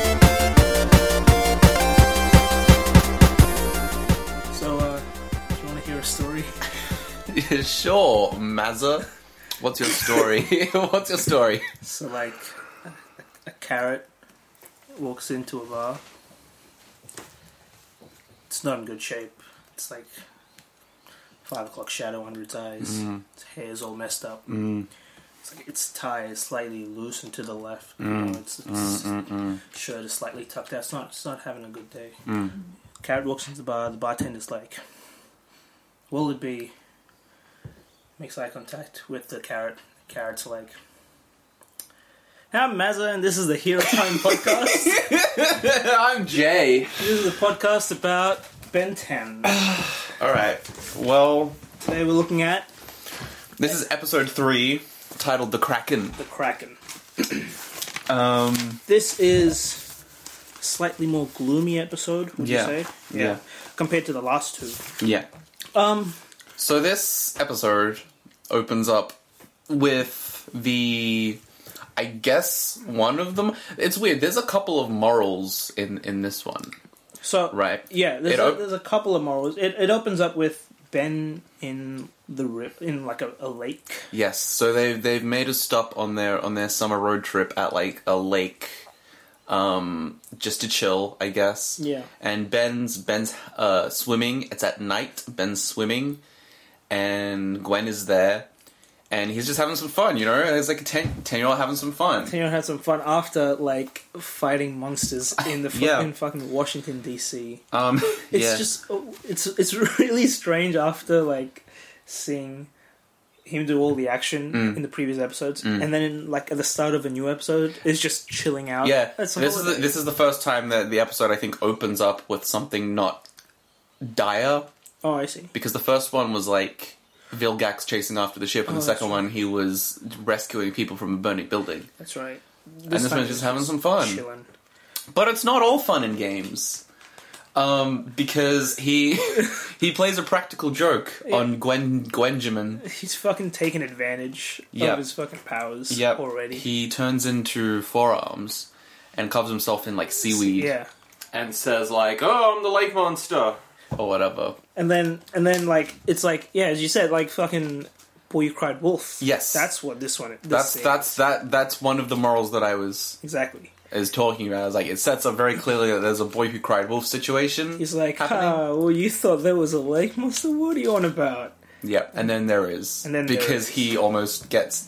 uh, sure, Mazza. What's your story? What's your story? So, like, a, a carrot walks into a bar. It's not in good shape. It's like five o'clock shadow under its eyes. Its hair's all messed up. It's like its tie is slightly loose and to the left. You know, it's, it's shirt is slightly tucked out. It's not. It's not having a good day. Carrot walks into the bar. The bartender's like, "Will it be?" Makes eye contact with the carrot. Carrot's like. I'm Mazza, and this is the Hero Time podcast. I'm Jay. This is a podcast about Ben 10. All right. Well, Today we're looking at this is episode three, titled "The Kraken." the Kraken. Um, This is a slightly more gloomy episode, would Yeah. you say? Yeah. Compared to the last two. yeah. Um, So this episode opens up with the, I guess one of them. It's weird. There's a couple of morals in in this one, so right? yeah, there's, It a, op- there's a couple of morals. It, it opens up with Ben in the ri in like a, a lake. Yes, so they've they've made a stop on their on their summer road trip at like a lake, um, just to chill, I guess. Yeah. And Ben's Ben's uh, swimming. It's at night. Ben's swimming, and Gwen is there, and he's just having some fun. You know, it's like a 10 year old having some fun. You know, had some fun after like fighting monsters in the fucking Yeah. fucking Washington DC. Um, It's yeah. just oh, it's it's really strange after like seeing him do all the action Mm. in the previous episodes, and then like at the start of a new episode, it's just chilling out. yeah. That's This is the, this is the first time that the episode I think opens up with something not dire oh, I see. because the first one was like Vilgax chasing after the ship, and the Oh, that's second one he was rescuing people from a burning building. That's right. and this time one's it's just having some fun. Chilling. But it's not all fun and games, um, because he he plays a practical joke on Gwen Gwenjamin. He's fucking taking advantage Yep. of his fucking powers Yep, already. he turns into forearms and covers himself in like seaweed yeah, and says like, "Oh, I'm the lake monster." Or whatever. and then and then like it's like yeah, as you said, like fucking boy, you cried wolf. Yes. that's what this one. This That's scene- that's that that's one of the morals that I was exactly. is talking about. It's like it sets up very clearly that there's a boy who cried wolf situation. He's like, happening. ah, well, you thought there was a lake monster. What are you on about? yeah, and then there is, And then there because is. he almost gets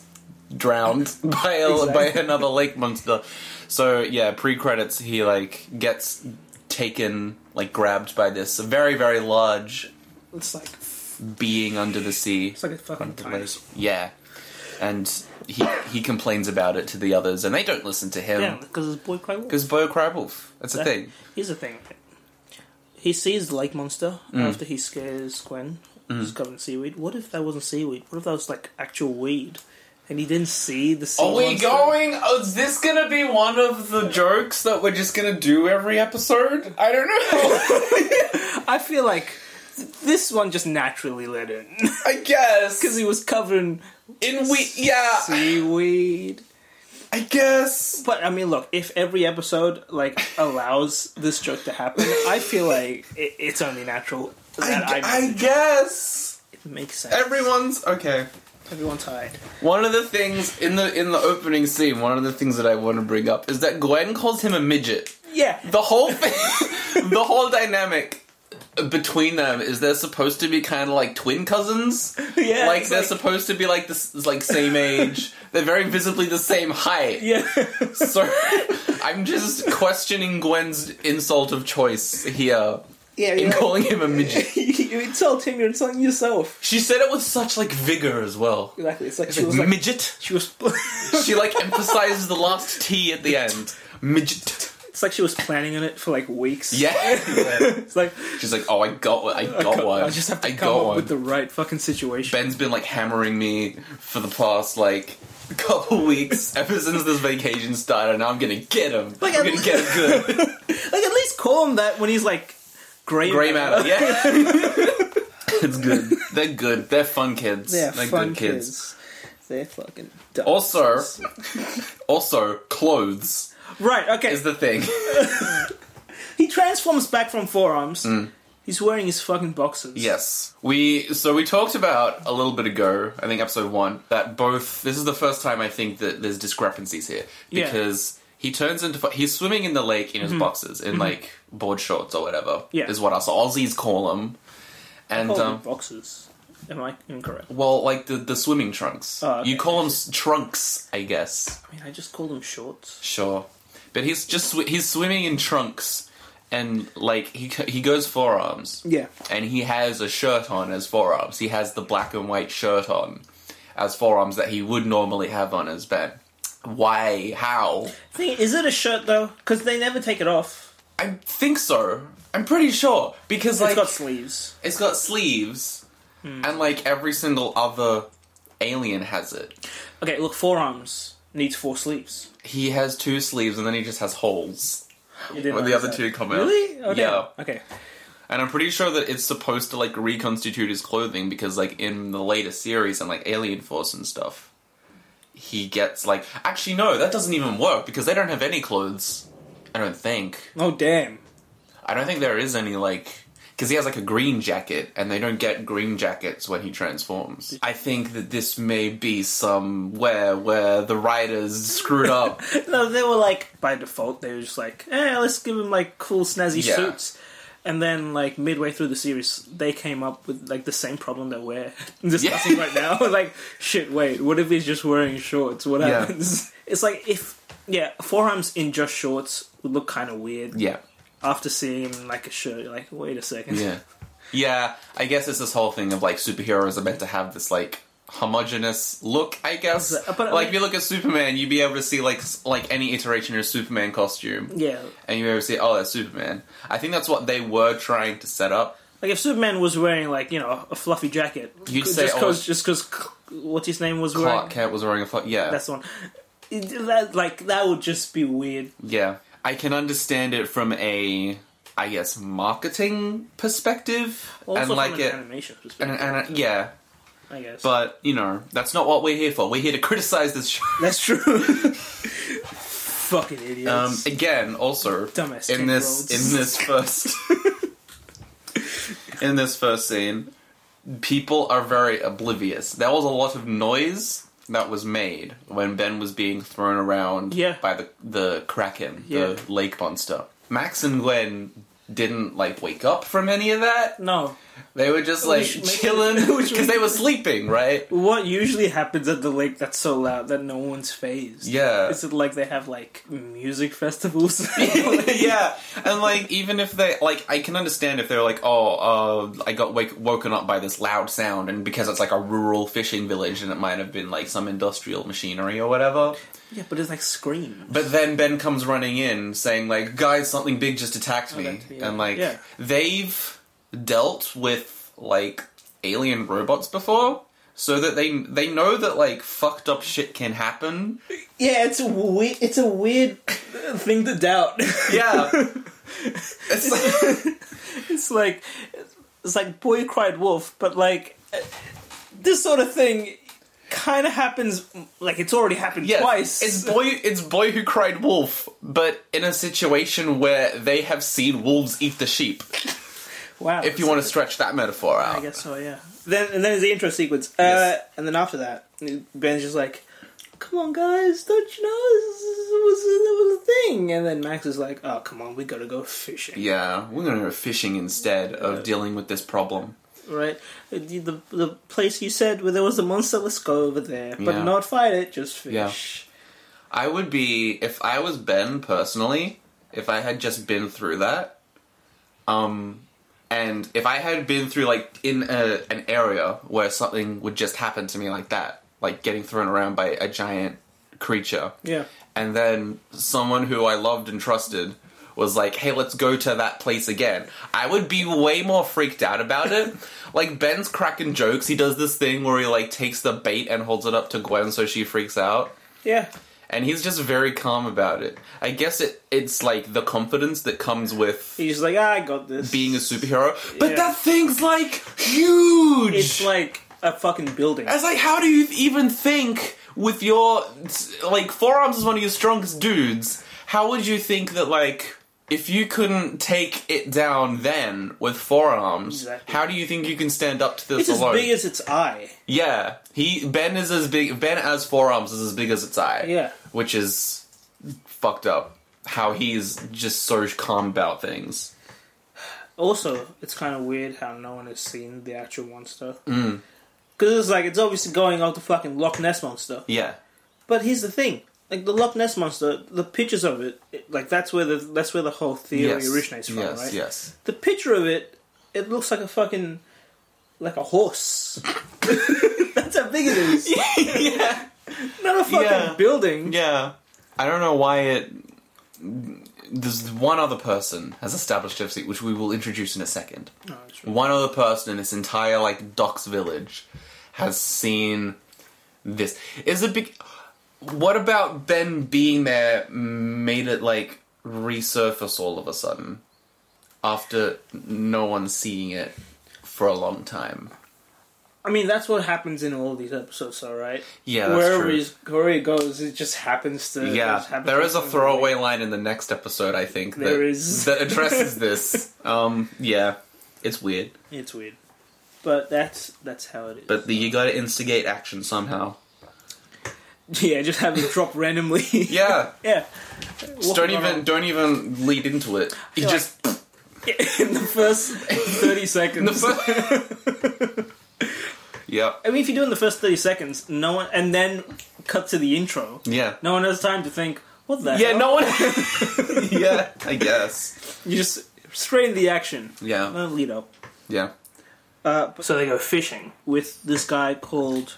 drowned by a, by Exactly. another lake monster. So yeah, pre credits he like gets taken like grabbed by this very very large It's like being under the sea. it's like a fucking dinosaur. Yeah, and he he complains about it to the others, and they don't listen to Yeah, him because his boy cried wolf. because Bo cried wolf. That's a thing. Here's the thing. He sees the lake monster after he scares Gwen. He's covered in seaweed. What if that wasn't seaweed? What if that was like actual weed? And he didn't see the sea Are we monster? going? Oh, Is this gonna be one of the jokes that we're just gonna do every episode? I don't know. I feel like th- this one just naturally led in. I guess Because he was covered in in we yeah. seaweed. I guess But I mean, look, if every episode like allows this joke to happen, I feel like it, it's only natural that I, I, I guess it makes sense. everyone's okay. Everyone's tired. One of the things in the in the opening scene, one of the things that I want to bring up is that Gwen calls him a midget. Yeah, The whole thing, the whole dynamic between them is they're supposed to be kind of like twin cousins. yeah. like it's they're supposed to be like this, like same age. they're very visibly the same height. yeah. So I'm just questioning Gwen's insult of choice here yeah, in yeah. calling him a midget. you insult him, you're insulting yourself. She said it with such like vigor as well. Exactly. It's like she Like, was like midget. she was. She like emphasizes the last T at the end. Midget. it's like she was planning on it for like weeks. Yeah. It's like She's like, oh, I got one. I I, got co- one. I just have to I come got up one. with the right fucking situation. Ben's been like hammering me for the past like couple weeks ever since this vacation started. Now I'm gonna get him. Like, I'm at gonna get him good. Like at least call him that when he's like gray Grey matter, yeah. it's good. They're good. They're fun kids. They're They're fun good kids. kids. They're fucking dumb. Also, also clothes right, okay. is the thing. he transforms back from forearms He's wearing his fucking boxes. Mm. Yes. We so we talked about a little bit ago, I think episode 1, that both this is the first time I think that there's discrepancies here Yeah. Mm-hmm. because he turns into he's swimming in the lake in his boxes in like board shorts or whatever Yeah. is what us Aussies call them. And Call them um, boxes. Am I incorrect? well, like the the swimming trunks. Oh, okay. You call them s- trunks, I guess. I mean, I just call them shorts. Sure, but he's just sw- he's swimming in trunks, and like he c- he goes forearms. Yeah. and he has a shirt on as forearms. He has the black and white shirt on as forearms that he would normally have on his bed. Why? How? Thing is it a shirt though? Because they never take it off. I think so. I'm pretty sure because like it's got Hmm. sleeves. it's got sleeves, and like every single other alien has it. Okay, look, forearms needs four sleeves. He has two sleeves, and then he just has holes. You didn't When the notice other that. two come out. Really? Oh, Yeah. damn. Okay. And I'm pretty sure that it's supposed to like reconstitute his clothing because like in the later series and like Alien Force and stuff, he gets like actually no, that doesn't even work because they don't have any clothes. I don't think. Oh damn. I don't think there is any like because he has like a green jacket and they don't get green jackets when he transforms. I think that this may be somewhere where the writers screwed up. No, they were like by default. They were just like, eh, let's give him like cool snazzy Yeah. suits. And then like midway through the series, they came up with like the same problem that we're discussing right now. like, shit, wait, what if he's just wearing shorts? What Yeah. happens? It's like if yeah, forearms in just shorts would look kind of weird. yeah, After seeing him in, like a shirt, you're like, wait a second. yeah, yeah. I guess it's this whole thing of like superheroes are meant to have this like homogenous look. I guess, But- but- like if you look at Superman, you'd be able to see like s- like any iteration of a Superman costume, Yeah. and you'd be able to see oh that's Superman. I think that's what they were trying to set up. Like if Superman was wearing like you know a fluffy jacket, You'd just say, oh, cause, just because what's his name was wearing Clark Kent was wearing a fl- yeah, That's the one. It- That, like that would just be weird. Yeah. I can understand it from a, I guess, marketing perspective. Also and like from an it. animation perspective, And, and, yeah, I guess. but, you know, that's not what we're here for. We're here to criticize this show. that's true. Fucking idiots. Um, again, also, Dumbass in this, 10-year-olds. in this first. in this first scene, people are very oblivious. There was a lot of noise that was made when Ben was being thrown around Yeah. by the the kraken, Yeah. the lake monster. Max and Gwen didn't like wake up from any of that. no, They were just like Which makes- chilling which because they were sleeping, right? what usually happens at the lake that's so loud that no one's phased? Yeah. Is it like they have like music festivals? yeah, and like even if they like, I can understand if they're like, oh, uh, I got wake- woken up by this loud sound, and because it's like a rural fishing village, and it might have been like some industrial machinery or whatever. yeah, but it's like scream. But then Ben comes running in saying like, "Guys, something big just attacked me," Oh, that- yeah. and like Yeah. they've dealt with like alien robots before. So that they they know that like fucked up shit can happen. Yeah, it's a we- It's a weird thing to doubt. Yeah, it's like, it's like it's like boy cried wolf but like this sort of thing kind of happens like it's already happened yeah, twice It's boy it's boy who cried wolf, but in a situation where they have seen wolves eat the sheep. wow If you want to stretch that metaphor out, i guess so yeah then and then there's the intro sequence uh, Yes. and then after that ben's just like come on guys don't you know this is- was a little thing and then max is like oh come on we gotta go fishing yeah, we're gonna go fishing instead of dealing with this problem. right the, the, the place you said where there was a monster let's go over there but Yeah. not fight it just fish Yeah. I would be if I was Ben personally, if I had just been through that, um, and if I had been through like in a, an area where something would just happen to me like that, like getting thrown around by a giant creature, yeah and then someone who I loved and trusted was like, "Hey, let's go to that place again." I would be way more freaked out about it. like Ben's cracking jokes, he does this thing where he like takes the bait and holds it up to Gwen so she freaks out yeah and he's just very calm about it. I guess it it's like the confidence that comes with He's just like, ah, I got this. being a superhero, but Yeah. that thing's like huge. it's like a fucking building. it's like how do you even think with your like forearms is one of your strongest dudes? How would you think that like if you couldn't take it down then with forearms, Exactly. how do you think you can stand up to this It's as alone? big as its eye. yeah, he Ben is as big. Ben as forearms is as big as its eye. Yeah. which is fucked up. How he's just so calm about things. Also, it's kind of weird how no one has seen the actual monster. Because Mm. it's like, it's obviously going off the fucking Loch Ness monster. Yeah, But here's the thing. Like the Loch Ness monster, the pictures of it, it- like that's where the that's where the whole theory yes, originates from, yes, right? yes. The picture of it, it looks like a fucking like a horse. that's how big it is. yeah, Not a fucking Yeah. building. yeah. I don't know why it. There's one other person has established FC, which we will introduce in a second. No, it's one other person in this entire like docks village has seen this is it big what about ben being there made it like resurface all of a sudden after no one seeing it for a long time I mean, that's what happens in all these episodes, though, right? Yeah, that's Wherever true. he's, wherever he goes, it just happens to. yeah just happens there to is a happen. throwaway line in the next episode i think that, There is. that addresses this um yeah it's weird It's weird, but that's that's how it is. but the, you gotta instigate action somehow yeah, just have it drop randomly. yeah yeah. Just don't even don't even lead into it you Yeah. just in the first thirty seconds. yep. I mean, if you do it in the first thirty seconds, no one, and then cut to the intro. Yeah. No one has time to think. What the? Yeah. hell? No one. yeah. I guess. You just straight into the action. Yeah. No lead up. Yeah. Uh, so they go fishing with this guy called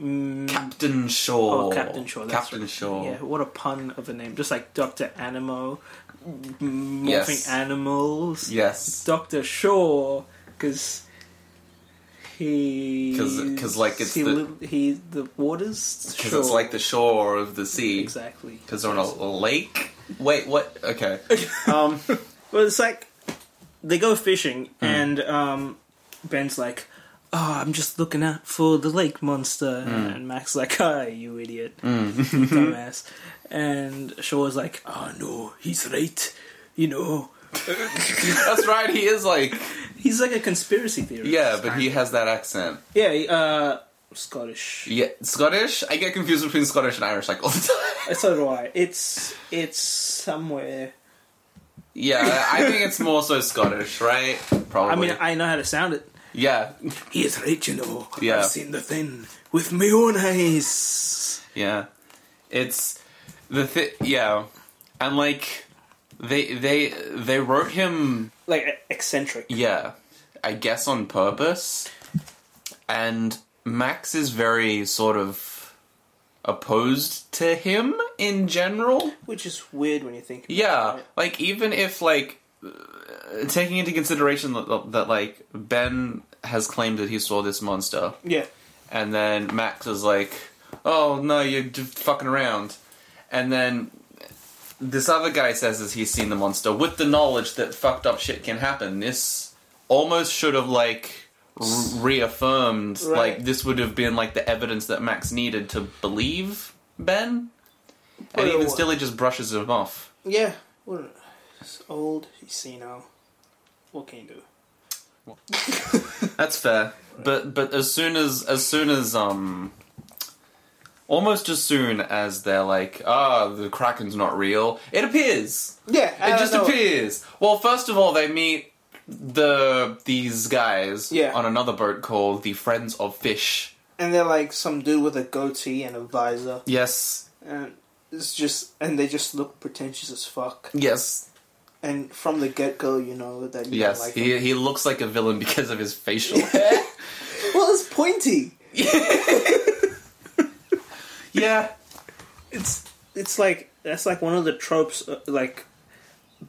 mm, Captain Shaw. oh, Captain Shaw. That's Captain right. Shaw. Yeah, what a pun of a name. Just like Doctor Animo, m- morphing Yes. animals. Yes. Doctor Shaw, because he 'Cause- 'cause, like, it's he, the- li- he the waters Because it's like the shore of the sea. exactly Because they're on a lake. Wait. What? Okay. Um. Well, it's like they go fishing, Mm. and um, Ben's like, "Oh, I'm just looking out for the lake monster," Mm. and Max's like, "Ah, you idiot, dumbass," and Shaw's like, "Oh no, he's right, you know." That's right. He is like. He's like a conspiracy theorist. Yeah, but he has that accent. yeah, he, uh, Scottish. Yeah. Scottish. I get confused between Scottish and Irish like all the time. So do I. It's it's somewhere. Yeah. I think it's more so Scottish, right? Probably. I mean, I know how to sound it. yeah. He is right, you know. Yeah. I've seen the thing with my own eyes. Yeah, it's the thi Yeah, and like they they they wrote him. Like e- eccentric. Yeah, I guess on purpose. And Max is very sort of opposed to him in general. Which is weird when you think. About Yeah, it. like even if like uh, taking into consideration that, that like Ben has claimed that he saw this monster. Yeah. And then Max is like, "Oh no, you're just fucking around." And then this other guy says that he's seen the monster with the knowledge that fucked up shit can happen. This almost should have like re- reaffirmed, Right. like this would have been like the evidence that Max needed to believe Ben. Well, and even what- still, he just brushes him off. Yeah. What? It's old. He's senile. What can you do? That's fair. But but as soon as as soon as um almost as soon as they're like, ah, the Kraken's not real, it appears. Yeah. It just appears. Well, first of all, they meet the these guys Yeah. on another boat called the Friends of Fish. And they're like some dude with a goatee and a visor, Yes. and it's just and they just look pretentious as fuck. Yes. And from the get go, you know that you Yes. don't like he them. he looks like a villain because of his facial hair. Well, it's pointy. yeah. It's it's like that's like one of the tropes. uh, Like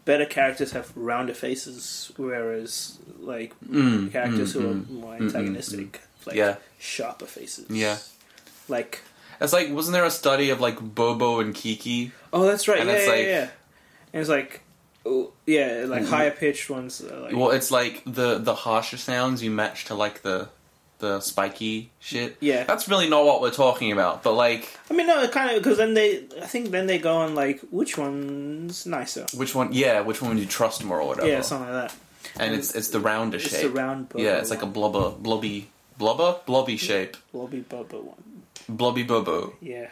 better characters have rounder faces, whereas like Mm, characters who are more antagonistic, like Mm-hmm. Yeah. sharper faces. Yeah. like It's like wasn't there a study of like Bobo and Kiki? oh, that's right. And yeah, it's yeah, like- Mm-hmm. yeah. And it's like, oh, yeah, like higher pitched ones. Are like, Well, it's like the the harsher sounds you match to like the the spiky shit. Yeah. that's really not what we're talking about. But like, I mean, no, it kind of because then they, I think then they go on like which one's nicer. which one? Yeah, which one would you trust more or whatever? Yeah, something like that. and it's it's the rounder It's shape. the round boba. yeah, it's like a one. blubber, blobby, blubber, blobby shape, blobby boba one. blobby bobo. Yeah.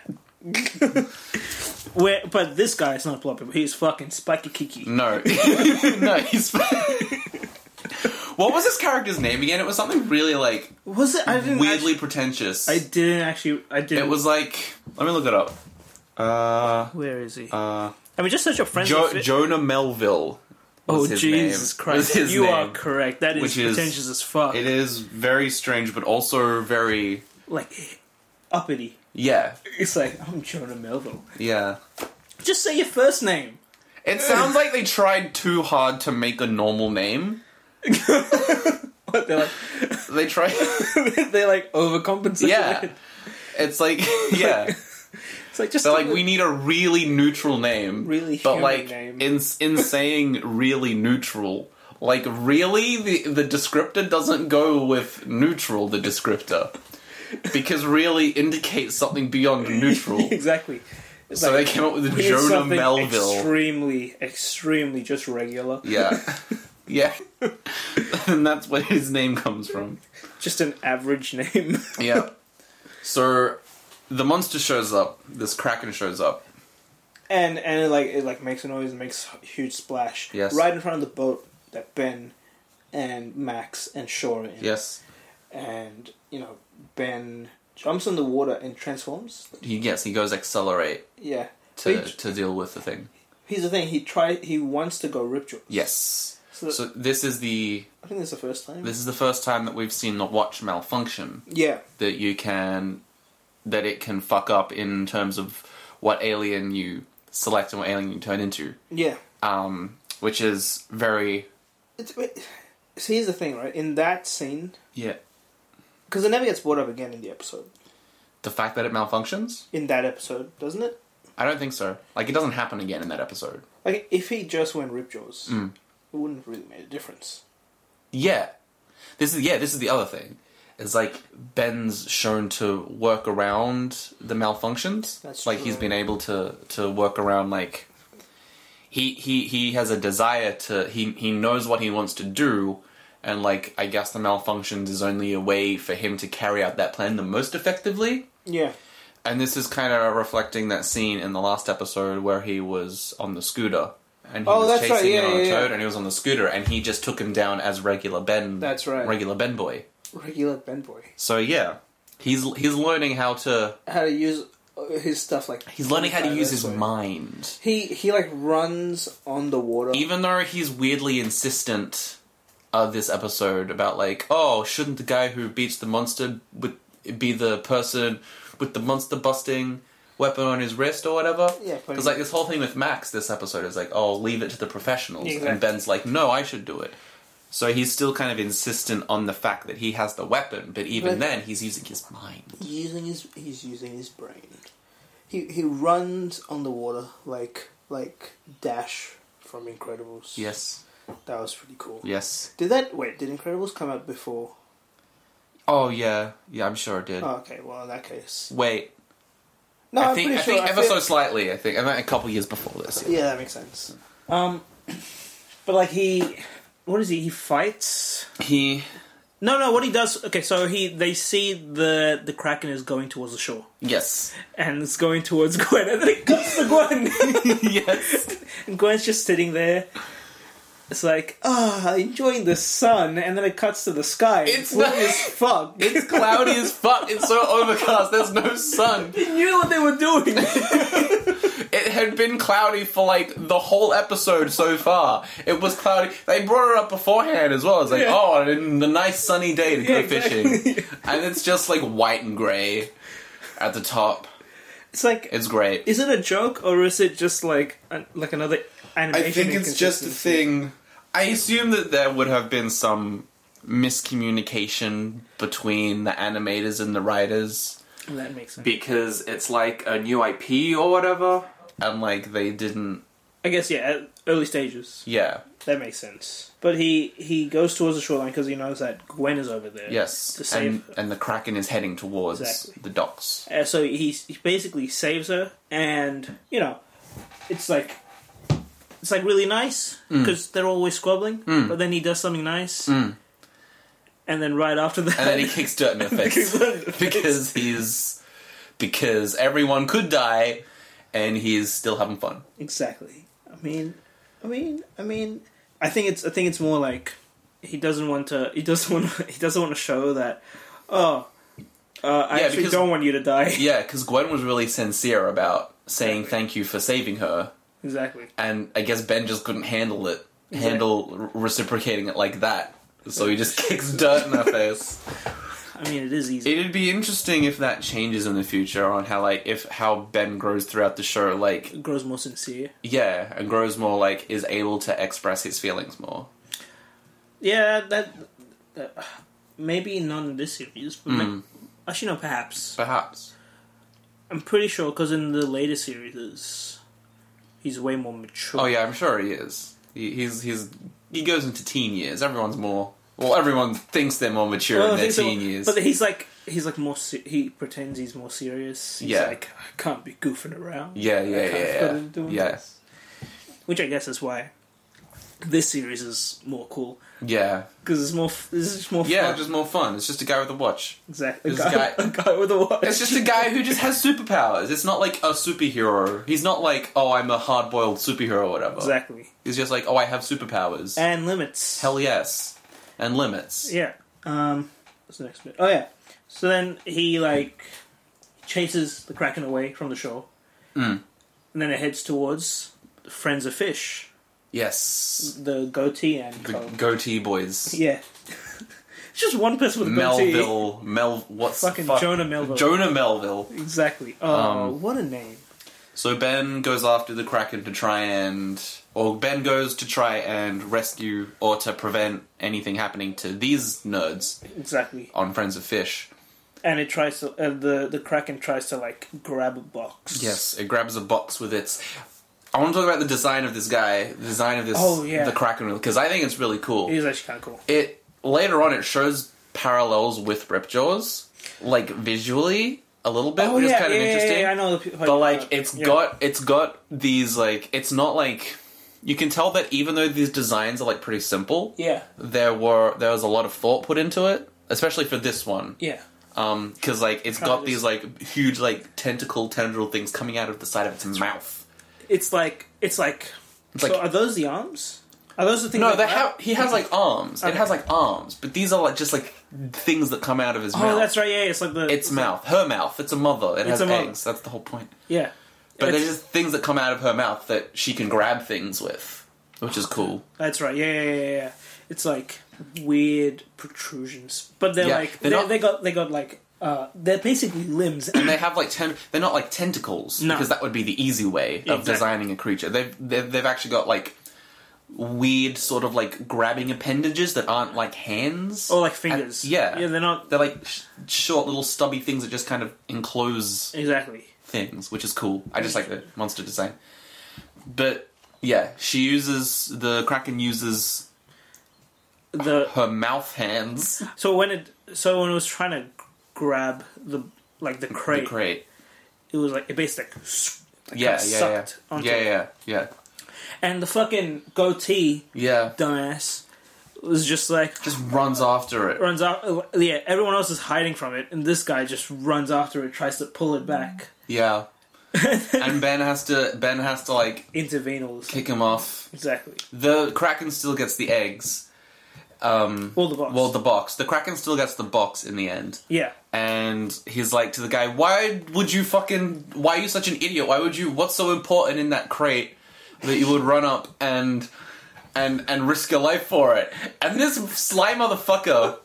Where, but this guy's not blobby. He's fucking spiky kiki. No, no, he's. what was his character's name again? It was something really like Was it? I didn't. weirdly pretentious. actually- I didn't actually. I didn't. it was like, let me look it up. Uh, Where is he? uh, I mean, just such a friendly. jo- fit- Jonah Melville. oh was his Jesus name. Christ! Was his you are name. correct. That is Which is- pretentious as fuck. It is very strange, but also very like uppity. yeah, It's like I'm Jonah Melville. yeah. Just say your first name. It sounds like they tried too hard to make a normal name. But they're They tried, like they like overcompensate. yeah. It's like yeah. It's like just They're like we need a really neutral name. Really but human like name. in in saying really neutral, like really the the descriptor doesn't go with neutral. The descriptor because really indicates something beyond neutral. exactly. It's So like, they came up with the here's Jonah something Melville. Extremely, extremely just regular. Yeah. Yeah. and that's where his name comes from. Just an average name. Yeah. So the monster shows up, this kraken shows up. and and it like it like makes a noise and makes a huge splash. Yes. Right in front of the boat that Ben and Max and Shaw are in. Yes. And you know Ben jumps in the water and transforms. He yes, he goes accelerate Yeah. to But he- to deal with the thing. here's the thing. He try. He wants to go rip jaws. Yes. So- So this is the I think that's the first time. this is the first time that we've seen the watch malfunction yeah. that you can that it can fuck up in terms of what alien you select and what alien you turn into. Yeah. Um which is very It's, it, so here's the thing, right? In that scene, yeah, because it never gets brought up again in the episode. the fact that it malfunctions In that episode, doesn't it? I don't think so. Like it doesn't happen again in that episode. Like, if he just went rip jaws, Mm. it wouldn't have really made a difference. Yeah. This is yeah, this is the other thing. Is like Ben's shown to work around the malfunctions. That's like he's true. been able to to work around like he he he has a desire to he he knows what he wants to do and like I guess the malfunctions is only a way for him to carry out that plan the most effectively. Yeah. And this is kind of reflecting that scene in the last episode where he was on the scooter and he Oh, was that's chasing right, yeah, him on a yeah, yeah. toad, and he was on the scooter, and he just took him down as regular Ben. That's right. regular Ben boy. Regular Ben Boy. So yeah, he's he's learning how to How to use uh, his stuff like. he's learning how to use his Sorry. mind, He, he like runs on the water. even though he's weirdly insistent. Of this episode about like, oh, shouldn't the guy who beats the monster with be the person with the monster busting weapon on his wrist or whatever? yeah, pretty Because like this whole thing with Max this episode is like, oh, leave it to the professionals, Exactly. and Ben's like, no, I should do it. So he's still kind of insistent on the fact that he has the weapon, but even But- then he's using his mind. He's using his he's using his brain. He he runs on the water like like Dash from Incredibles. Yes, That was pretty cool. yes. Did that wait, did Incredibles come out before? Oh yeah, yeah. I'm sure it did. Oh, okay, well in that case. Wait, No, I I'm think pretty I sure think I ever feel- so slightly. I think I meant a couple years before this. Yeah, that makes sense. Um but like he what is he? He fights He No no what he does okay, so he they see the the Kraken is going towards the shore. yes And it's going towards Gwen and then it cuts to Gwen yes And Gwen's just sitting there. It's like, ah, enjoying the sun, and then it cuts to the sky. It's blue not- as fuck. it's cloudy as fuck. It's so overcast. There's no sun. They knew what they were doing. It had been cloudy for like the whole episode so far. It was cloudy. They brought it up beforehand as well. It's like, Yeah. oh, and the nice sunny day to go Yeah, exactly. fishing, and it's just like white and grey at the top. It's like, It's great. is it a joke or is it just like an, like another animation? I think it's just a inconsistency? thing. I assume that there would have been some miscommunication between the animators and the writers That makes sense. because it's like a new IP or whatever, and like they didn't I guess yeah, at early stages. Yeah. That makes sense. But he he goes towards the shoreline because he knows that Gwen is over there. Yes. to save And and the Kraken is heading towards Exactly. the docks. Uh, so he, he basically saves her, and you know, it's like it's like really nice Mm. because they're always squabbling. But then he does something nice, and then right after that, And then he kicks dirt in her Kicks face her in the face. because he's because everyone could die, and he's still having fun. exactly. I mean, I mean, I mean, I think it's I think it's more like he doesn't want to. He doesn't want. To, he doesn't want to show that. Oh, uh, I Yeah, actually because- don't want you to die. Yeah, because Gwen was really sincere about saying thank you for saving her, exactly. and I guess Ben just couldn't handle it, handle r- reciprocating it like that. So he just kicks dirt in her face. I mean, it is easy. It'd be interesting if that changes in the future on how like if how Ben grows throughout the show, like it grows more sincere. yeah, and grows more like is able to express his feelings more. Yeah, that, that- maybe not in this series, but Hmm. ma- actually no, perhaps Perhaps. I'm pretty sure because in the later series, he's way more mature. Oh yeah, I'm sure he is. He, he's he's he goes into teen years. Everyone's more well. Everyone thinks they're more mature Well, I in their think so, teen years. But he's like he's like more. Se- he pretends he's more serious. He's Yeah. like I can't be goofing around. yeah, yeah, I can't- yeah, gotta do yeah. yeah. this." Which I guess is why this series is more cool Yeah, because it's more. f- This is more. yeah, fun. it's just more fun. It's just a guy with a watch. exactly. A this guy, guy- a guy with a watch. It's just a guy who just has superpowers. It's not like a superhero. He's not like, oh, I'm a hard-boiled superhero or whatever. exactly He's just like, oh, I have superpowers. and limits. Hell yes, and limits. Yeah. Um, what's the next bit? Oh yeah. So then he like chases the kraken away from the shore, Mm. and then it heads towards the Friends of Fish, Yes, the goatee and the co. goatee boys. yeah. it's just one person with a goatee. Melville, Mel, what's Fucking fuck- Jonah Melville. Jonah Melville. Exactly. Oh, Um, what a name. So Ben goes after the Kraken to try and, or Ben goes to try and rescue or to prevent anything happening to these nerds Exactly. on Friends of Fish. And it tries to uh, the the kraken tries to like grab a box. Yes, it grabs a box with its. I want to talk about the design of this guy, the design of this, Oh, yeah. the Kraken, because I think it's really cool. It is actually kind of cool. it later on it shows parallels with Ripjaws, like visually a little bit, Oh which yeah, is kind yeah, of yeah, interesting. yeah, I know. The, But like it's yeah. got it's got these like it's not like you can tell that even though these designs are like pretty simple, yeah, there were there was a lot of thought put into it, especially for this one. yeah. Um, because like it's Kinda got these just- like huge like tentacle tendril things coming out of the side of its mouth. it's like it's like. like- so are those the arms? Are those the things? No, that they grab- have, he has like arms. It Okay. has like arms, but these are like just like things that come out of his Oh, mouth. that's right. Yeah, it's like the It's mouth, her mouth. It's a mother. It has a mother. eggs. That's the whole point. yeah. But It's- there's just things that come out of her mouth that she can grab things with, which is cool. that's right. Yeah, yeah, yeah, yeah. It's like weird protrusions, but they're Yeah, like they're they not- they got they got like uh they're basically limbs. And they have like ten. They're not like tentacles No. because that would be the easy way of Exactly. designing a creature. They've, they've they've actually got like weird sort of like grabbing appendages that aren't like hands or like fingers. And- yeah. yeah, they're not They're like sh- short little stubby things that just kind of enclose exactly. things, which is cool. I just like the monster design. But yeah, she uses the kraken uses The her mouth hands to so when it so when it was trying to grab the like the crate, create. it was like it basically like, s- like Yeah, kinda yeah, yeah, sucked onto yeah, it. yeah, yeah, and the fucking goatee yeah. dumbass was just like Just runs after it. runs out. Yeah, everyone else is hiding from it, and this guy just runs after it, tries to pull it back, Yeah, and Ben has to Ben has to like intervene all this. kick him off. Exactly. The kraken still gets the eggs. Um, All the box. well, the box. The kraken still gets the box in the end. yeah, and he's like to the guy, "Why would you fucking? Why are you such an idiot? Why would you? What's so important in that crate that you would run up and and and risk your life for it?" And this sly motherfucker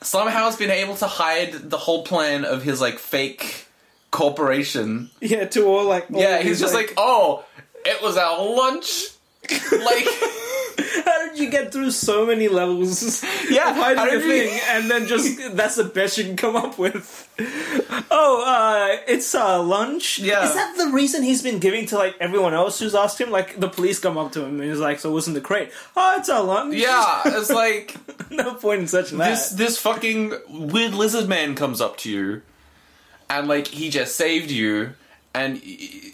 somehow has been able to hide the whole plan of his like fake corporation. yeah. To all like, all Yeah, these, he's just like, "Oh, it was our lunch." like How did you get through so many levels? Yeah, of hiding how a did you- thing, and then just that's the best you can come up with. Oh, uh, it's uh, lunch. Yeah. is that the reason he's been giving to like everyone else who's asked him? Like the police come up to him and he's like, "So what's in the crate?" Oh, it's our lunch. Yeah, it's like no point in such that. this this fucking weird lizard man comes up to you, and like he just saved you, and i-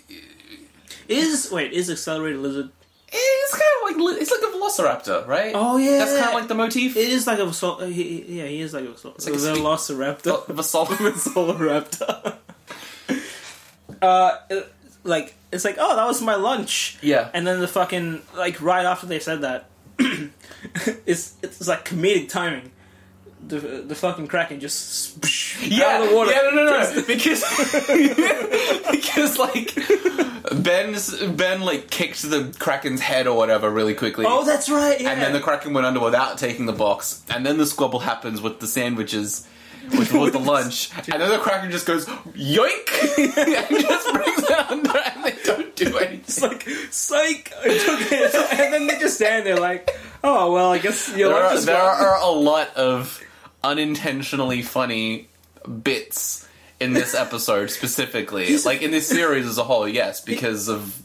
Is wait is accelerated lizard? it's kind of like li- it's like a velociraptor, right? Oh, yeah. that's kind of like the motif. It is like a sol- uh, he, he- yeah he is like a sol- like a the spe- velociraptor. Velociraptor. Velociraptor. uh, it- like it's like oh that was my lunch. Yeah. And then the fucking like right after they said that, it's it's like comedic timing. The the fucking kraken just yeah, out of the water. yeah, no, no, no, because because like Ben's Ben like kicked the kraken's head or whatever really quickly. Oh, that's right. Yeah. and then the Kraken went under without taking the box, and then the squabble happens with the sandwiches, with, with the lunch, and then the Kraken just goes yoink and just brings it under, and they don't do it's anything. like psych, and then they just stand there like, oh well, I guess your There lunch are, is there gone." are a lot of unintentionally funny bits in this episode specifically, like in this series as a whole. Yes, because of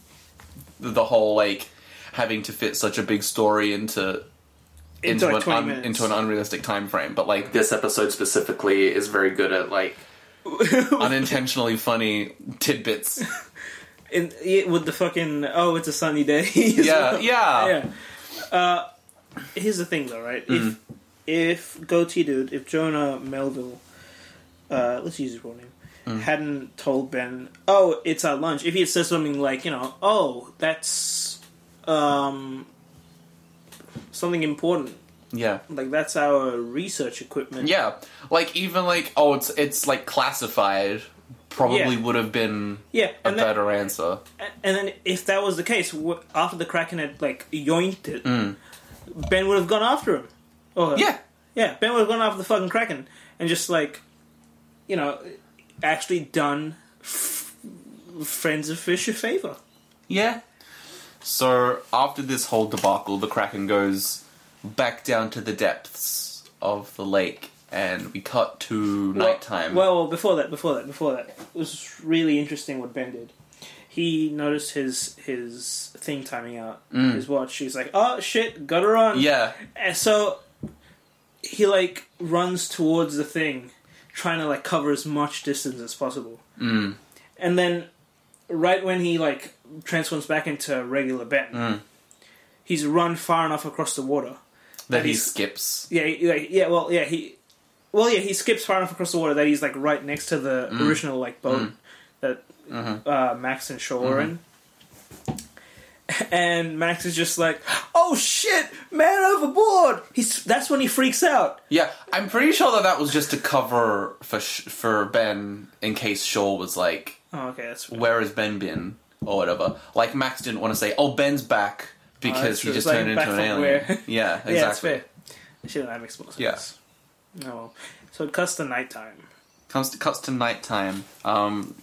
the whole like having to fit such a big story into. Into, Into, like, an 20 un- minutes. into an unrealistic time frame, but like this episode specifically is very good at like unintentionally funny tidbits. in, yeah, with the fucking oh, it's a sunny day. as Yeah, well. yeah. yeah. Uh, here's the thing, though, right? Mm-hmm. If if goatee dude, if Jonah Melville, uh, let's use his real name, Mm. hadn't told Ben, oh, it's our lunch. If he had said something like, you know, oh, that's um something important, Yeah. like that's our research equipment. Yeah. Like even like oh it's it's like classified probably Yeah. would have been yeah, a and then, better answer. and then if that was the case, wh- after the Kraken had like yoinked it, Ben would have gone after him. Or, Mm. Yeah. Yeah, Ben would have gone after the fucking Kraken and just like, you know, actually done f- friends of fish a favor. Yeah. So after this whole debacle the Kraken goes back down to the depths of the lake and we cut to nighttime. Well, well, before that, before that, before that, it was really interesting what Ben did. He noticed his his thing timing out, his watch. He's like, "Oh shit, got her on." yeah. And Eh, so he like runs towards the thing, trying to like cover as much distance as possible. Mm. And then, right when he like transforms back into a regular Ben, he's run far enough across the water. That he he's- skips. Yeah, he- like, yeah, well, yeah, he, well, yeah, he skips far enough across the water that he's like right next to the Mm. original like boat that Uh-huh. uh, Max and Shaw were in. Mm-hmm. And Max is just like, "Oh shit, man overboard!" He's that's when he freaks out. Yeah, I'm pretty sure that that was just to cover for sh- for Ben in case Shaw was like Oh, okay, that's where has Ben been or whatever. Like Max didn't want to say, "Oh, Ben's back" because that's he true. just It's like turned back into an from alien. where? Yeah, exactly. yeah, that's fair. Shit, that makes more sense. Yeah. Oh, well. so it cuts to nighttime. Comes to, cuts to nighttime. Um,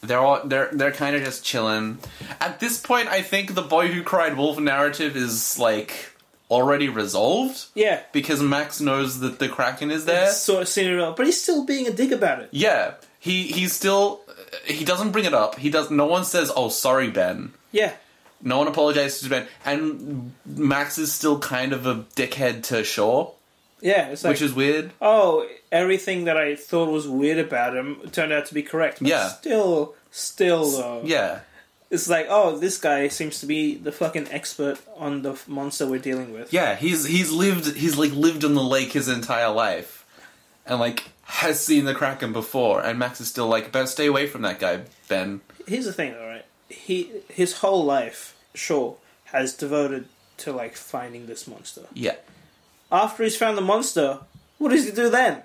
they're all they're they're kind of just chilling. At this point, I think the boy who cried wolf narrative is like already resolved Yeah, because Max knows that the Kraken is there. sort of seen it all, but he's still being a dick about it. Yeah, he he's still he doesn't bring it up. He does. No one says, "Oh, sorry, Ben." Yeah, No one apologizes to Ben, and Max is still kind of a dickhead to Shaw, yeah. It's like which is weird. oh, everything that I thought was weird about him turned out to be correct. But Yeah. Still, still though. Yeah, It's like, oh, this guy seems to be the fucking expert on the f- monster we're dealing with. yeah. He's he's lived he's like lived on the lake his entire life, and like has seen the Kraken before. And Max is still like, Ben, stay away from that guy, Ben. Here's the thing, though, right? He his whole life, sure, has devoted to like finding this monster. Yeah, After he's found the monster, what does he do then?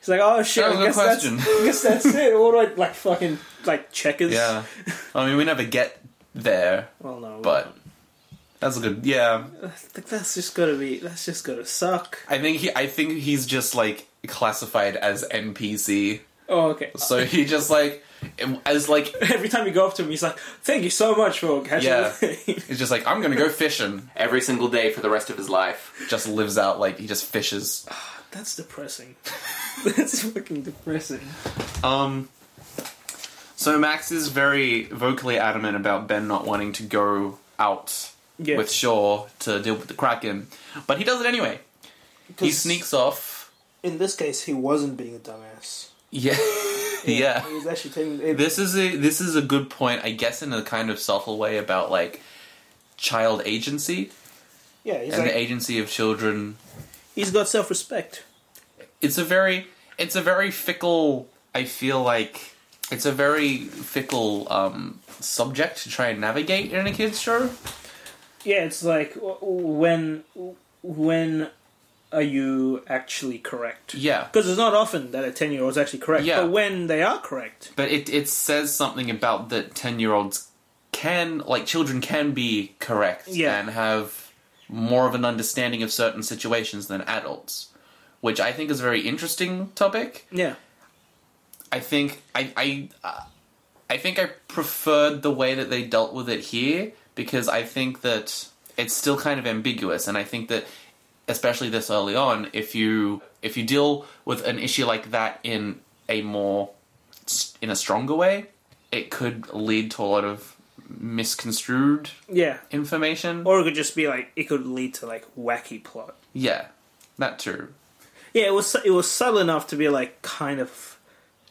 He's like, oh shit, That was I a guess question. that's, I guess that's it. What do I like, fucking like checkers? yeah. I mean, we never get there, Well, no, but that's a good. Yeah, I think that's just gotta be. That's just gotta suck. I think he I think he's just like classified as NPC. Oh, okay. So he just like as like Every time you go up to him, he's like, "Thank you so much for catching Yeah. me." he's just like I'm gonna go fishing. Every single day for the rest of his life. Just lives out like he just fishes. That's depressing. That's fucking depressing. Um, so Max is very vocally adamant about Ben not wanting to go out Yeah. with Shaw to deal with the Kraken, but he does it anyway. He 'Cause sneaks off. In this case, he wasn't being a dumbass. Yeah, yeah. He was actually taking it. This is a this is a good point, I guess, in a kind of subtle way about like child agency yeah, he's and like, the agency of children. he's got self-respect. It's a very it's a very fickle. I feel like it's a very fickle um, subject to try and navigate in a kids show. Yeah, it's like w- when when are you actually correct? Yeah, Because it's not often that a ten year old is actually correct. Yeah. But when they are correct, but it it says something about that ten year olds can like children can be correct Yeah. and have more of an understanding of certain situations than adults, which I think is a very interesting topic. yeah, I think I I uh, I think I preferred the way that they dealt with it here because I think that it's still kind of ambiguous, and I think that especially this early on, if you if you deal with an issue like that in a more in a stronger way, it could lead to a lot of misconstrued yeah. information. Or it could just be like it could lead to like wacky plot. yeah, that too. Yeah, it was it was subtle enough to be like kind of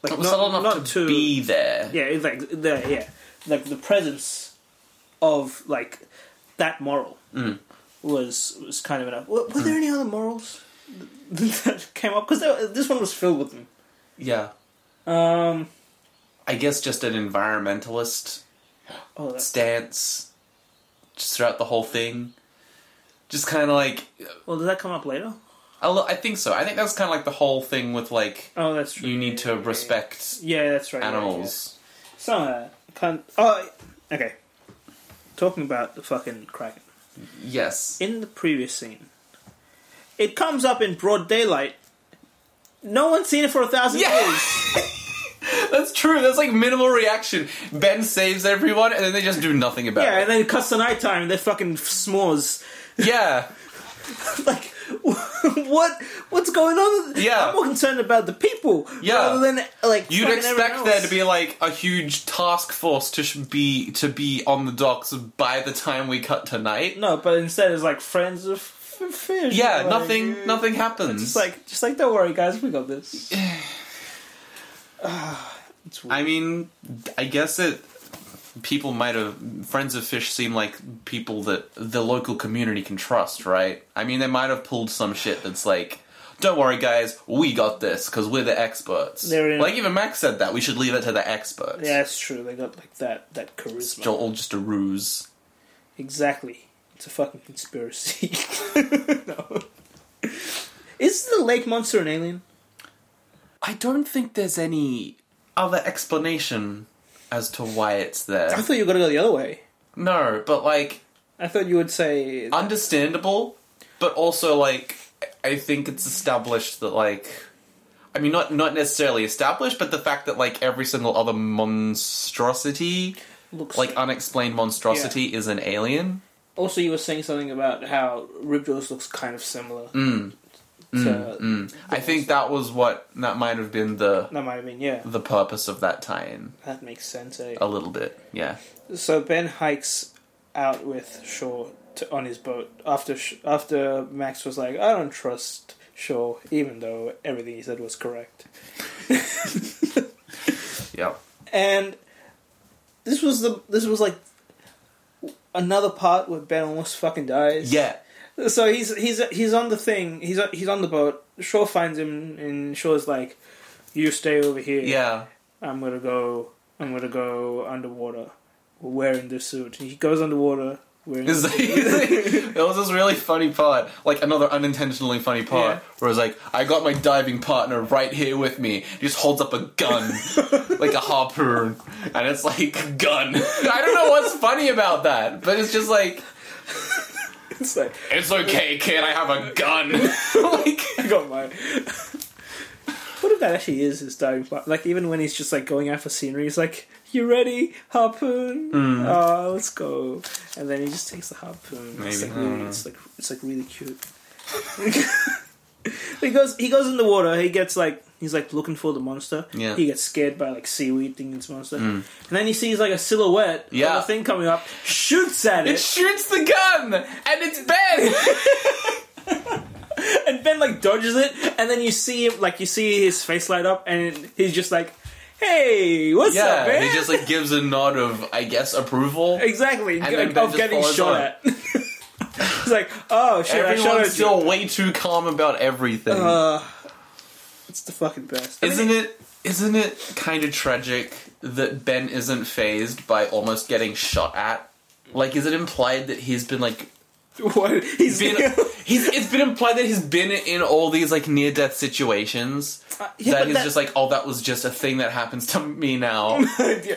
like It was not, subtle enough not to too be there. yeah, it's like the yeah, like the presence of like that moral Mm. was was kind of enough. Were, were there any other morals that came up? Because this one was filled with them. yeah. Um, I guess just an environmentalist oh, that, stance just throughout the whole thing. Just kind of like, well, did that come up later? I lo- I think so. I think that's kind of like the whole thing with like Oh, that's true. you need to respect Yeah, that's right. animals. Yeah, yeah. Some of that. Can't, oh, okay. Talking about the fucking kraken Yes, in the previous scene, it comes up in broad daylight. No one's seen it for a thousand Yeah. years. that's true. That's like minimal reaction. Ben saves everyone, and then they just do nothing about Yeah, it. and then it cuts to nighttime and they're fucking s'mores. Yeah, like what what's going on Yeah. i'm more concerned about the people Yeah. rather than like you'd fucking expect everyone there else. to be like a huge task force to sh- be to be on the docks by the time we cut tonight. no but instead it's like friends of f- fish Yeah, Like, nothing, nothing happens. just like just like don't worry guys we got this it's weird. I mean, I guess it. People might have friends of fish seem like people that the local community can trust, right? I mean, they might have pulled some shit that's like, "Don't worry, guys, we got this because we're the experts." They're in- Like even Max said that we should leave it to the experts. yeah it's true they got like that that it's charisma all just a ruse. exactly it's a fucking conspiracy no is the lake monster an alien I don't think there's any other explanation as to why it's i there. thought you were gonna go the other way No, but like i thought you would say understandable, but also like I think it's established that like I mean not not necessarily established, but the fact that like every single other monstrosity, looks like um, unexplained monstrosity, is an alien. Also, you were saying something about how Rip Jaws looks kind of similar. To, Mm, I think that was what that might have been the That might have been, yeah. the purpose of that tie-in That makes sense. Eh? a little bit. Yeah, So Ben hikes out with Shaw to, on his boat after Sh- after Max was like, "I don't trust Shaw," even though everything he said was correct. yeah. And this was the this was like another part where Ben almost fucking dies. Yeah, So he's he's he's on the thing. He's he's on the boat. Shaw finds him, and Shaw's like, "You stay over here. yeah, I'm gonna go. I'm gonna go underwater, wearing the suit." And he goes underwater wearing. It's like- it's like- it was this really funny part, like another unintentionally funny part, Yeah. where it's like, I got my diving partner right here with me. He just holds up a gun, like a harpoon, and it's like, gun. I don't know what's funny about that, but it's just like, it's like it's okay, kid, I have a gun. like, I got my. What if that actually is his starting plot? Like, even when he's just like going out for scenery, he's like, "You ready, harpoon? Hmm. Oh, let's go!" And then he just takes the harpoon. It's Maybe. like, really, it's like it's like really cute. he goes he goes in the water. He gets like he's like looking for the monster. Yeah. Hmm. He gets scared by like seaweed thinking it's a monster, and then he sees like a silhouette. of Yeah. a thing coming up. Shoots at It it, shoots the gun, and it's Ben. and Ben like dodges it, and then you see him like you see his face light up, and he's just like. Hey, what's up, yeah, man? he just like gives a nod of, I guess, approval. Exactly, And then of, Ben of just getting follows shot on. at. it's like, oh shit, I shot Everyone's at still you. way too calm about everything. Uh, it's the fucking best. I mean, isn't it? Isn't it kind of tragic that Ben isn't phased by almost getting shot at? Like, is it implied that he's been like what? He's been? he's, it's been implied that he's been in all these like near death situations. Uh, yeah, that but he's that- just like, oh, that was just a thing that happens to me now.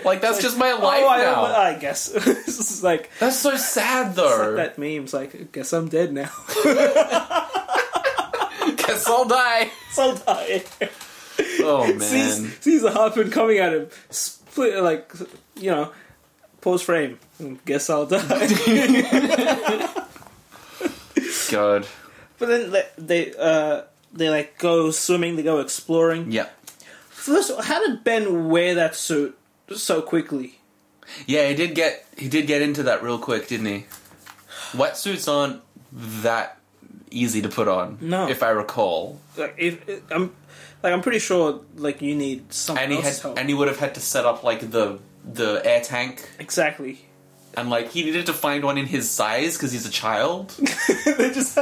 Like that's just my oh, life I, now. I guess. it's just like, That's so sad it's like though. that meme's like, I guess I'm dead now. Guess I'll die. so I'll die. Oh man. Sees, sees the harpoon coming at him. Split, like, you know, pause frame. Guess I'll die. God. but then like, they, uh, they like go swimming, they go exploring. Yeah. First of all, how did Ben wear that suit so quickly? Yeah, he did get he did get into that real quick, didn't he? Wetsuits aren't that easy to put on. No. If I recall. Like, if it, I'm, like, I'm pretty sure, like, you need someone And he had else's help. and he would have had to set up like the the air tank exactly. and like he needed to find one in his size because he's a child. they just,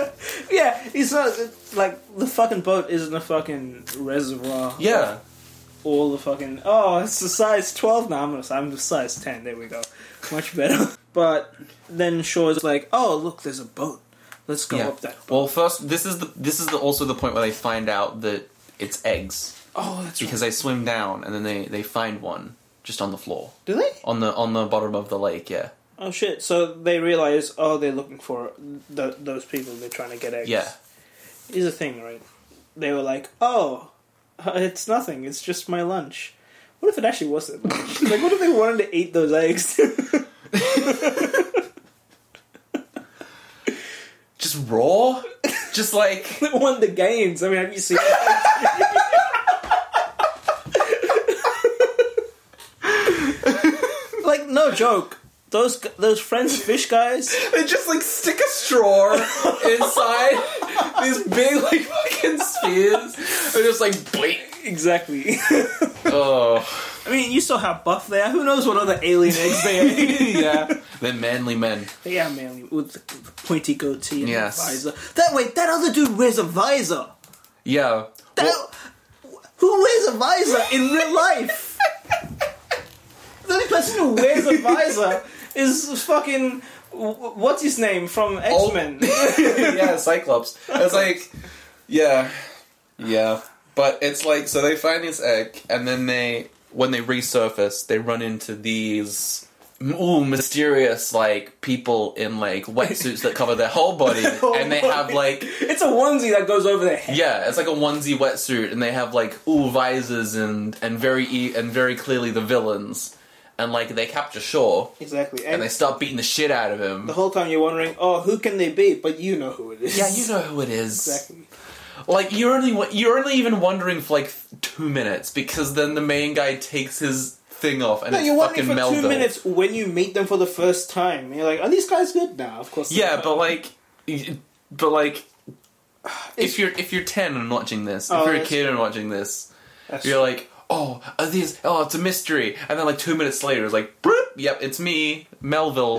yeah, it's not like the fucking boat isn't a fucking reservoir. Yeah. all the fucking oh it's a size 12 now i'm gonna i'm the size 10 there we go much better but then shaw's like oh look there's a boat let's go yeah. up that Well, first this is the this is the, also the point where they find out that it's eggs. oh that's because they swim down and then they, they find one just on the floor right. do they on the on the bottom of the lake yeah oh shit so they realize oh they're looking for th- those people they're trying to get eggs yeah here's the thing right they were like oh it's nothing it's just my lunch what if it actually wasn't lunch? like what if they wanted to eat those eggs just raw just like that won the games. I mean, have you seen? like no joke. Those gu- those friends of fish guys. they just like stick a straw inside these big like fucking spheres and just like bleep Exactly. oh I mean, you saw how buff they are. Who knows what other alien eggs they are? yeah they're manly men they are manly with the pointy goatee and Yes. the visor. That way, that other dude wears a visor. yeah That, Well, Who wears a visor in real life? the only person who wears a visor is fucking wh- what's his name from X Men. yeah cyclops it's like yeah yeah but it's like so they find this egg and then they when they resurface they run into these ooh mysterious like people in like wetsuits that cover their whole body whole and they have body. like it's a onesie that goes over their head. yeah it's like a onesie wetsuit and they have like ooh visors and and very e- and very clearly the villains and like they capture Shaw Exactly, and, and they start beating the shit out of him the whole time you're wondering, oh, who can they be? But you know who it is. yeah you know who it is exactly. Like you're only you're only even wondering for like two minutes because then the main guy takes his thing off and No, it's you're wondering fucking for Melville. two minutes when you meet them for the first time. You're like, are these guys good? Nah, of course. they Yeah, are. but like, y- but like, It's- if you're if you're ten and watching this, Oh, if you're a that's kid and watching this, That's- you're like, oh, are these? Oh, it's a mystery. And then like two minutes later, it's like, Broop, yep, it's me, Melville.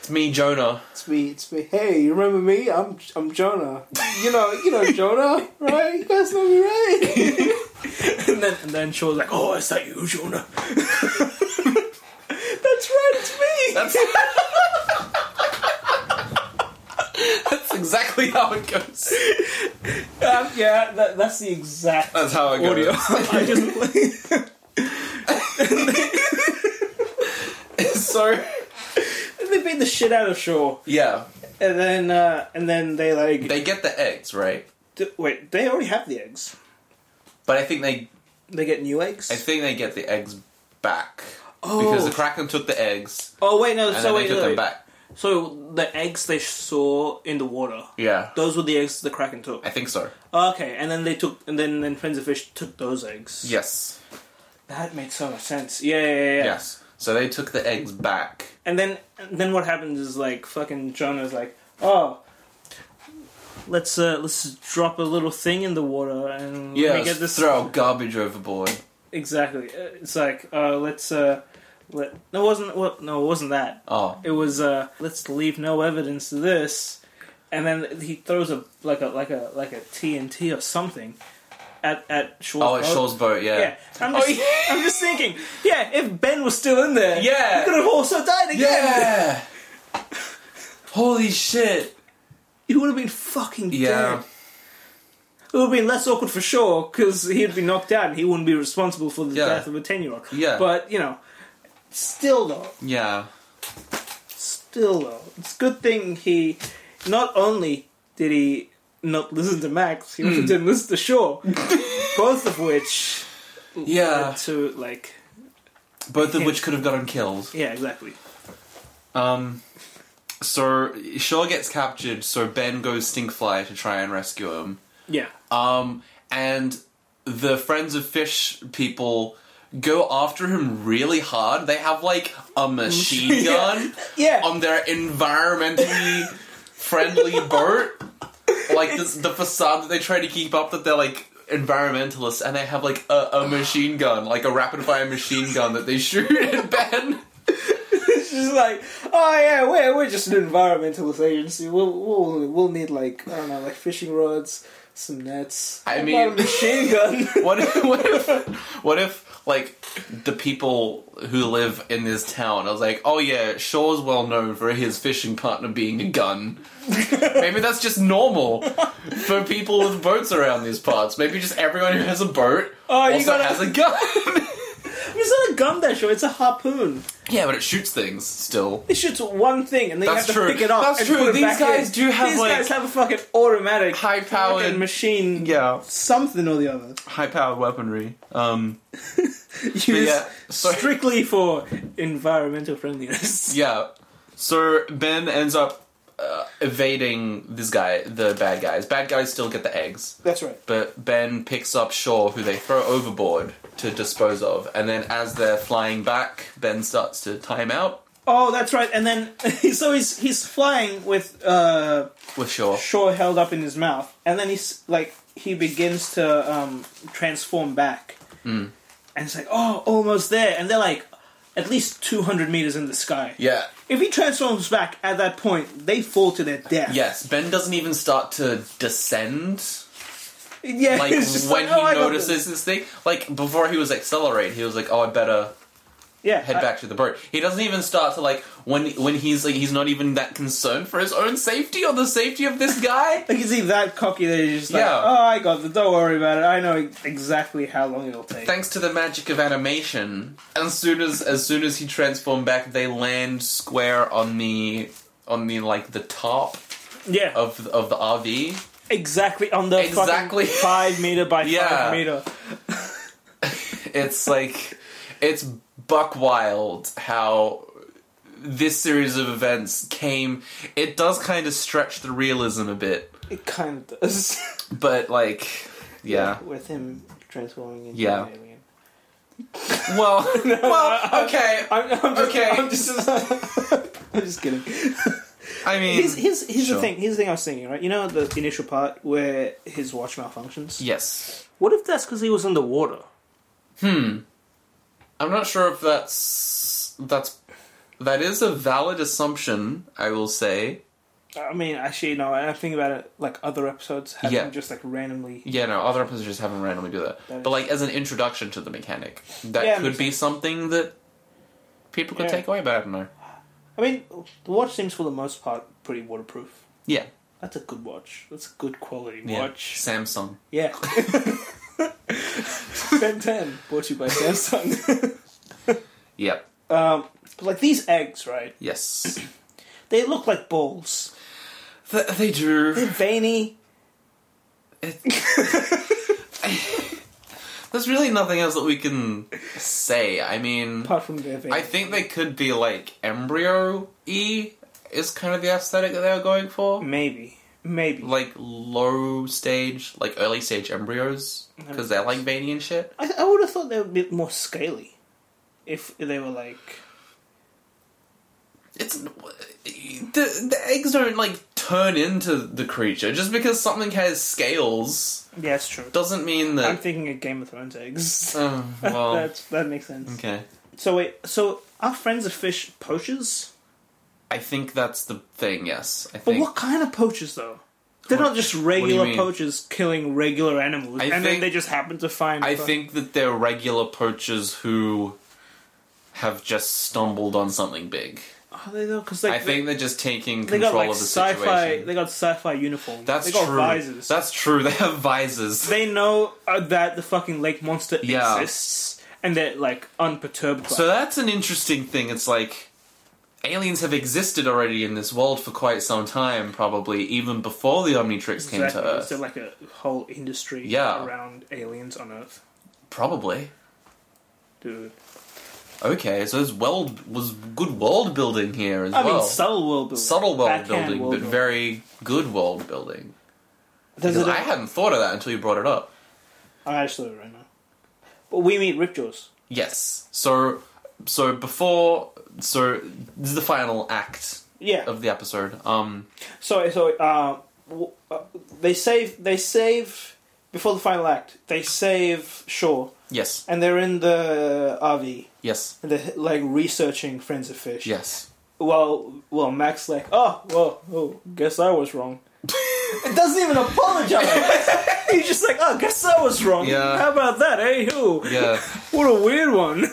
it's me, Jonah. It's me. It's me. Hey, you remember me? I'm I'm Jonah. You know, you know Jonah, right? You guys know me, right? and then and then Shaw's like, "Oh, is that you, Jonah?" That's right, it's me. That's that's exactly how it goes. Um, yeah, that, that's the exact That's how it goes. audio. I just so they beat the shit out of Shaw, yeah. and then uh, and then they like They get the eggs, right? d- wait. They already have the eggs. But I think they They get new eggs. I think they get the eggs back oh. because the Kraken took the eggs oh wait, no. and So then wait, they took wait, them wait. back. So the eggs they saw in the water. Yeah, Those were the eggs the kraken took. I think so. Okay, and then they took, and then then Friends of Fish took those eggs. Yes, that made so much sense. Yeah, yeah, yeah. yeah. yes. So they took the eggs back. And then, and then what happens is like fucking Jonah's like, oh, let's uh let's drop a little thing in the water and let me Yeah, get this throw garbage overboard. exactly. Uh, It's like uh let's uh let no it wasn't what no it wasn't that Oh, it was uh let's leave no evidence to this, and then he throws a like a like a like a TNT or something. At, at Schwartz oh, it's Shaw's boat. Yeah, Yeah, I'm Oh, just, yeah. I'm just thinking. Yeah, if Ben was still in there, Yeah. he could have also died again. yeah. Holy shit! he would have been fucking Yeah. dead. It would have been less awkward for sure because he'd be knocked out and he wouldn't be responsible for the Yeah. death of a ten-year-old. Yeah. but you know, still though, Yeah, still though, it's a good thing he not only did he not listen to Max, he also Hmm. didn't listen to Shaw, both of which yeah. led to like Both of which could have got him killed. yeah, exactly. Um, so Shaw gets captured, so Ben goes Stinkfly to try and rescue him. Yeah, Um, and the Friends of Fish people go after him really hard. They have like a machine Yeah. gun yeah. on their environmentally friendly boat. Like the, the facade that they try to keep up that they're like environmentalists, and they have like a, a machine gun, like a rapid fire machine gun that they shoot at Ben. She's like, oh yeah, we're, we're just an environmentalist agency. We'll, we'll we'll need like I don't know, like fishing rods, some nets. I What mean- about a machine gun. What if, what if, what if, like, the people who live in this town I was like, oh yeah, Shaw's well known for his fishing partner being a gun. Maybe that's just normal for people with boats around these parts. Maybe just everyone who has a boat Oh, you also gotta- has a gun. it's not a gun that short. It's a harpoon. yeah, but it shoots things still. It shoots one thing and then That's you have true. to pick it up. That's and true. put it These back guys in. do have, These like, guys have a fucking automatic, high-powered- fucking machine. Yeah, Something or the other. high powered weaponry. Um, Used yeah, so- strictly for environmental friendliness. Yeah. So Ben ends up uh, evading this guy, the bad guys. Bad guys still get the eggs, That's right. but Ben picks up Shaw, who they throw overboard to dispose of. And then as they're flying back, Ben starts to time out Oh, that's right. And then so he's he's flying with uh with Shaw. Shaw held up in his mouth, and then he's like he begins to um, transform back, Hmm. and it's like oh, almost there, and they're like at least two hundred meters in the sky. Yeah. If he transforms back at that point, they fall to their death. Yes. Ben doesn't even start to descend. yeah. Like it's just when like, oh, I he got notices this. this. thing, like before he was accelerate, he was like, "Oh, I better." yeah, Head I- back to the boat. He doesn't even start to like when when he's like he's not even that concerned for his own safety or the safety of this guy. Like is he that cocky that he's just like, Yeah. oh, I got this. Don't worry about it. I know exactly how long it'll take. thanks to the magic of animation, as soon as as soon as he transformed back, they land square on the on the like the top yeah, of of the RV. exactly on the fucking Exactly. five meter by Yeah. five meter. It's like it's buck wild how this series of events came. It does kind of stretch the realism a bit, It kind of does. but like yeah. with him transforming into Yeah. an alien. Well, well, okay. I'm, I'm just, Okay. I'm just, I'm just kidding. I mean, Here's, here's, here's Sure. the thing. Here's the thing I was thinking. Right, you know the initial part where his watch malfunctions. yes. What if that's because he was in the water? Hmm. I'm not sure if that's that's that is a valid assumption. I will say. I mean, actually, no. I think about it like other episodes have Yeah. him just like randomly. Yeah, no, other episodes just haven't randomly do that. That but is- like as an introduction to the mechanic, that Yeah, could makes be something that people could Yeah. take away. But I don't know. I mean, the watch seems for the most part pretty waterproof. Yeah, That's a good watch. That's a good quality yeah. watch. Samsung. Yeah. Ben 10 brought to you by Samsung. Yep. um, but like these eggs, right? Yes. They look like balls. Th- they do. veiny. It- There's really nothing else that we can say. I mean, Apart from the I think they could be like embryo e is kind of the aesthetic that they were going Mm. for, maybe, maybe. like low stage, like early stage embryos because they're like veiny and shit. I, I would have thought they would be more scaly, if they were like. It's the, the eggs don't like turn into the creature just because something has scales Yeah, it's true. doesn't mean that. I'm thinking of Game of Thrones eggs. oh, well, That's, that makes sense. okay. So wait, so our friends are fish poachers, I think that's the thing. Yes, I but think. what kind of poachers though? They're not just you regular mean? poachers killing regular animals, I and then think- they just happen to find. I fu- think that they're regular poachers who have just stumbled on something big. Are they though? Because like, I think they're just taking they control got like of the sci-fi. situation. They got sci-fi uniforms. That's they got true. Visors. That's true. They have visors. they know uh, that the fucking lake monster Yeah. exists, and they're like unperturbed. By so it. that's an interesting thing. It's like aliens have existed already in this world for quite some time, probably even before the Omnitrix came Exactly. to Earth. So like a whole industry Yeah. around aliens on Earth, Probably. dude. Okay, so there's world was good world building here as I well. mean, subtle world building, Subtle world backhand building, world but building. very good world building. There's Because a- I hadn't thought of that until you brought it up. I'm actually right now. But we meet Ripjaws. Yes. So, so before, so this is the final act Yeah. of the episode. Um, so so uh, w- uh, they save they save before the final act. They save Shaw yes, and they're in the RV yes, and they're like researching Friends of Fish. yes. Well, well, Max like, oh, well, oh, guess I was wrong. it doesn't even apologize. He's just like, oh, guess I was wrong. Yeah. How about that, eh? Who? Yeah. What a weird one.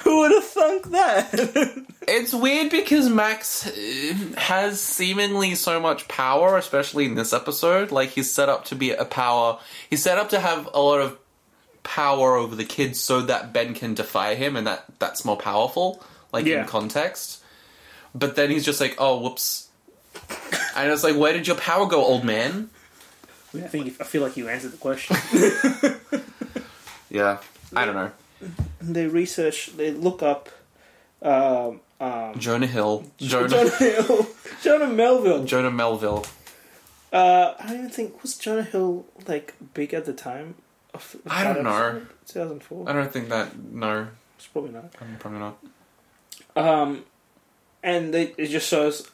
Who would have thunk that? It's weird because Max uh, has seemingly so much power, especially in this episode. Like he's set up to be a power. He's set up to have a lot of power over the kids, so that Ben can defy him, and that that's more powerful. Like Yeah. in context, but then he's just like, "Oh, whoops," and it's like, "Where did your power go, old man?" I think I feel like you answered the question. Yeah, I don't know. they research. They look up. Um, um, Jonah Hill, Jonah Jonah, Hill, Jonah Melville. Jonah Melville. Uh, I don't even think was Jonah Hill like big at the time. Of I don't know. Two thousand four. I don't think that. No, It's probably not. probably not. Um, and they, it just shows.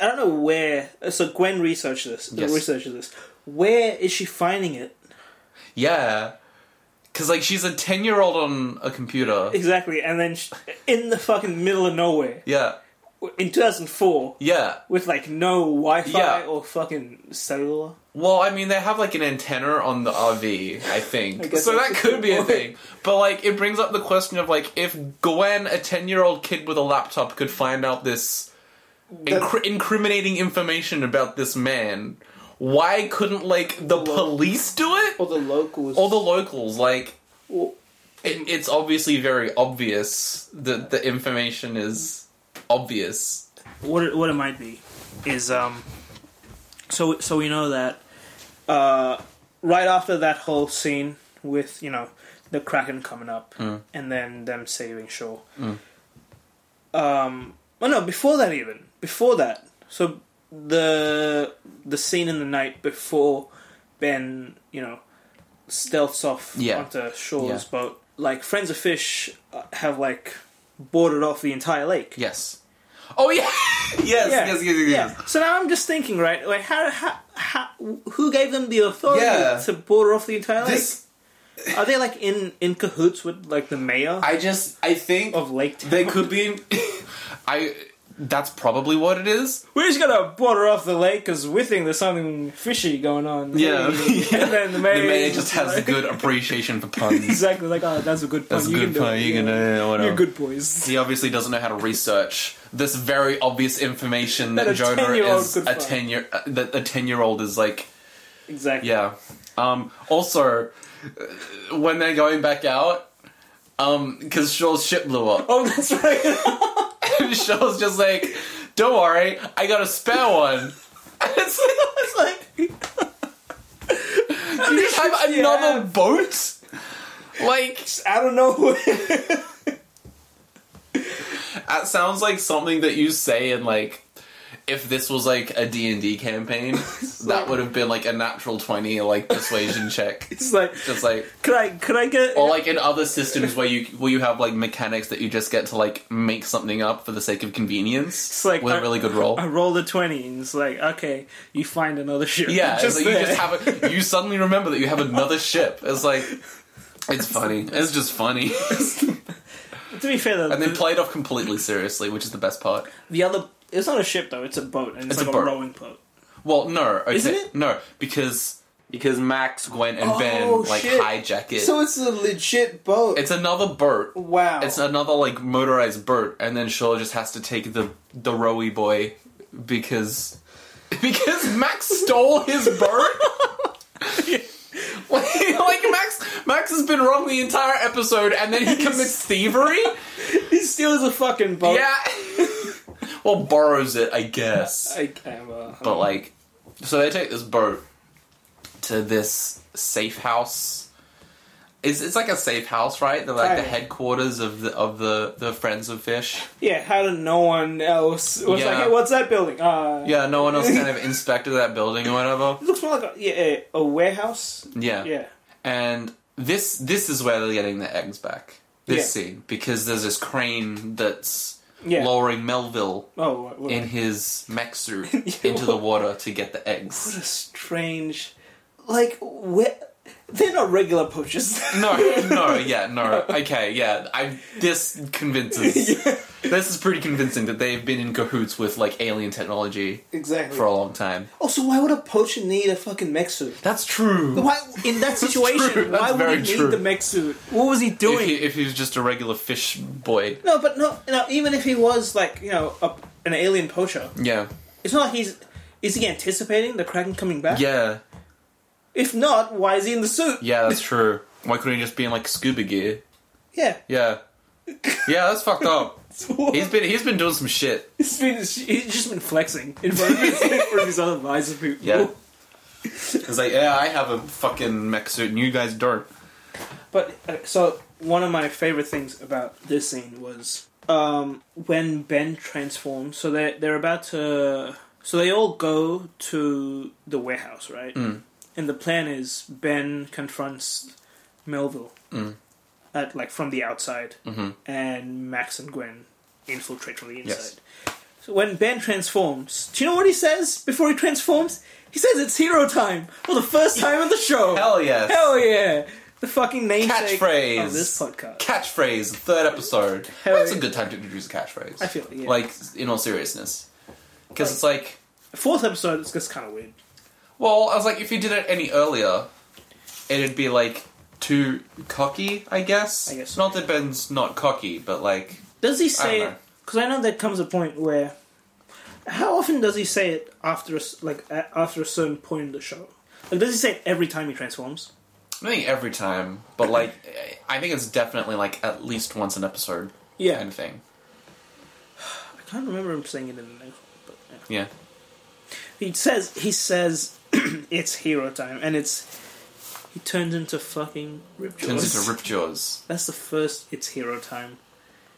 I don't know where. So Gwen researched this. Yes. Researches this. Where is she finding it Yeah, because like she's a ten-year-old on a computer. exactly? And then sh in the fucking middle of nowhere Yeah, in 2004 yeah. with like no Wi-Fi Yeah. or fucking cellular. Well, I mean, they have like an antenna on the RV, I think. I guess so that that's a could good be a point. thing. But like, it brings up the question of like, if Gwen, a ten-year-old kid with a laptop, could find out this incri- incriminating information about this man, why couldn't like the police do it? Or the locals. all the locals like Well- it, it's obviously very obvious that the information is obvious what it, what it might be is um so so we know that uh right after that whole scene with you know the kraken coming up Mm. and then them saving Shaw. Um, well, no, before that even before that. So the the scene in the night before Ben, you know, stealths off Yeah. onto Shaw's Yeah. boat. Like friends of fish uh, have like boarded off the entire lake. yes oh yeah yes, Yeah. yes yes yes yes So now I'm just thinking, right? Like, how, how, how who gave them the authority Yeah. to border off the entire lake? this Are they like in in cahoots with like the mayor i just i think of Lake Town? they could be i that's probably what it is We're just gonna border off the lake because we think there's something fishy going on. Yeah. and then the mayor, the mayor just has a like, good appreciation for puns exactly like oh that's a good pun. that's a you can good do pun it. you can Yeah. uh, whatever. You're good boys. he obviously doesn't know how to research this very obvious information that, That a Jonah 10-year-old is could a find. ten year uh, that a ten year old is like Exactly. yeah. Um, also, uh, when they're going back out, um, because Shaw's ship blew up, Oh, that's right. and Shaw's just like, "Don't worry, I got a spare one." And it's like, it's like you have Yeah. another boat. Like out of nowhere. that sounds like something that you say in like if this was like a D&D campaign, that would have been like a natural 20 like persuasion check. it's like, Just like could I could I get? or like in other systems where you where you have like mechanics that you just get to like make something up for the sake of convenience It's like with I- a really good roll. I rolled a twenty, and it's like, okay, you find another ship. Yeah, just it's like you there. just have a, you suddenly remember that you have another ship. It's like it's funny. It's just funny. to be fair, though, and then the- played off completely seriously, which is the best part. the other it's not a ship though; it's a boat, and it's, It's a like a, boat. rowing boat. Well, no, okay, Isn't it? No, because Because Max Gwen and Oh, Ben like shit. hijack it. So it's a legit boat. it's another boat. wow. It's another like motorized boat, and then Shaw just has to take the the rowy boy because because Max stole his boat. like, like Max, Max has been wrong the entire episode, and then he commits thievery. He steals a fucking boat. Yeah. well, borrows it, I guess. I can't. uh, But like, so they take this boat to this safe house. It's, it's like a safe house, right? They're like the Kinda. headquarters of the of the the Friends of Fish. yeah, how did no one else was like, Yeah. hey, what's that building? Uh, Yeah, no one else kind of inspected that building or whatever. it looks more like a, yeah, a, a warehouse. Yeah. Yeah, And this this is where they're getting the eggs back. This Yeah. scene because there's this crane that's yeah. lowering Melville oh, what, what, in his mech suit into the water to get the eggs. what a strange, like where they're not regular poachers. No, no, yeah, no. Okay, yeah. I this convinces. This is pretty convincing that they've been in cahoots with like alien technology exactly. for a long time. Also, Oh, why would a poacher need a fucking mech suit? That's true. Why in that true. situation? That's Why would very he true. need the mech suit? What was he doing? If, he, if he was just a regular fish boy, No, but no, no. Even if he was like you know a, an alien poacher, yeah, it's not like he's is he anticipating the kraken coming back? yeah, If not, why is he in the suit? yeah. That's true. Why couldn't he just be in like scuba gear? Yeah. Yeah, yeah. That's fucked up. He's He's been he's been doing some shit. been he's just been flexing in front of his, in front of his other advisor people. Yeah. It's like yeah, I have a fucking mech suit and you guys don't. But uh, so one of my favorite things about this scene was um, when Ben transforms. So they they're about to. So they all go to the warehouse, right? Mm. And the plan is Ben confronts Melville, Mm. at, like from the outside, Mm-hmm. and Max and Gwen infiltrate from the inside. Yes. So when Ben transforms, do you know what he says before he transforms? He says it's hero time for the first time on the show. Hell yes. Hell yeah! The fucking namesake Catchphrase. of this podcast. catchphrase, third episode. Hell That's a yeah. good time to introduce a catchphrase. I feel it, yeah. Like, in all seriousness. Because it's like, Fourth episode is just kind of weird. well, I was like, if you did it any earlier, it'd be like too cocky, I guess. I guess so, Not that Ben's not cocky, but like, Does he I say don't it? know. Because I know there comes a point where. How often does he say it after a, s- like a, after a certain point in the show? Like, does he say it every time he transforms? I think every time, but like, I think it's definitely like at least once an episode Yeah, kind of thing. I can't remember him saying it in the next one, but yeah. Yeah. he says he says it's hero time, and it's he turns into fucking Ripjaws. Turns into Rip Jaws. That's the first. It's hero time.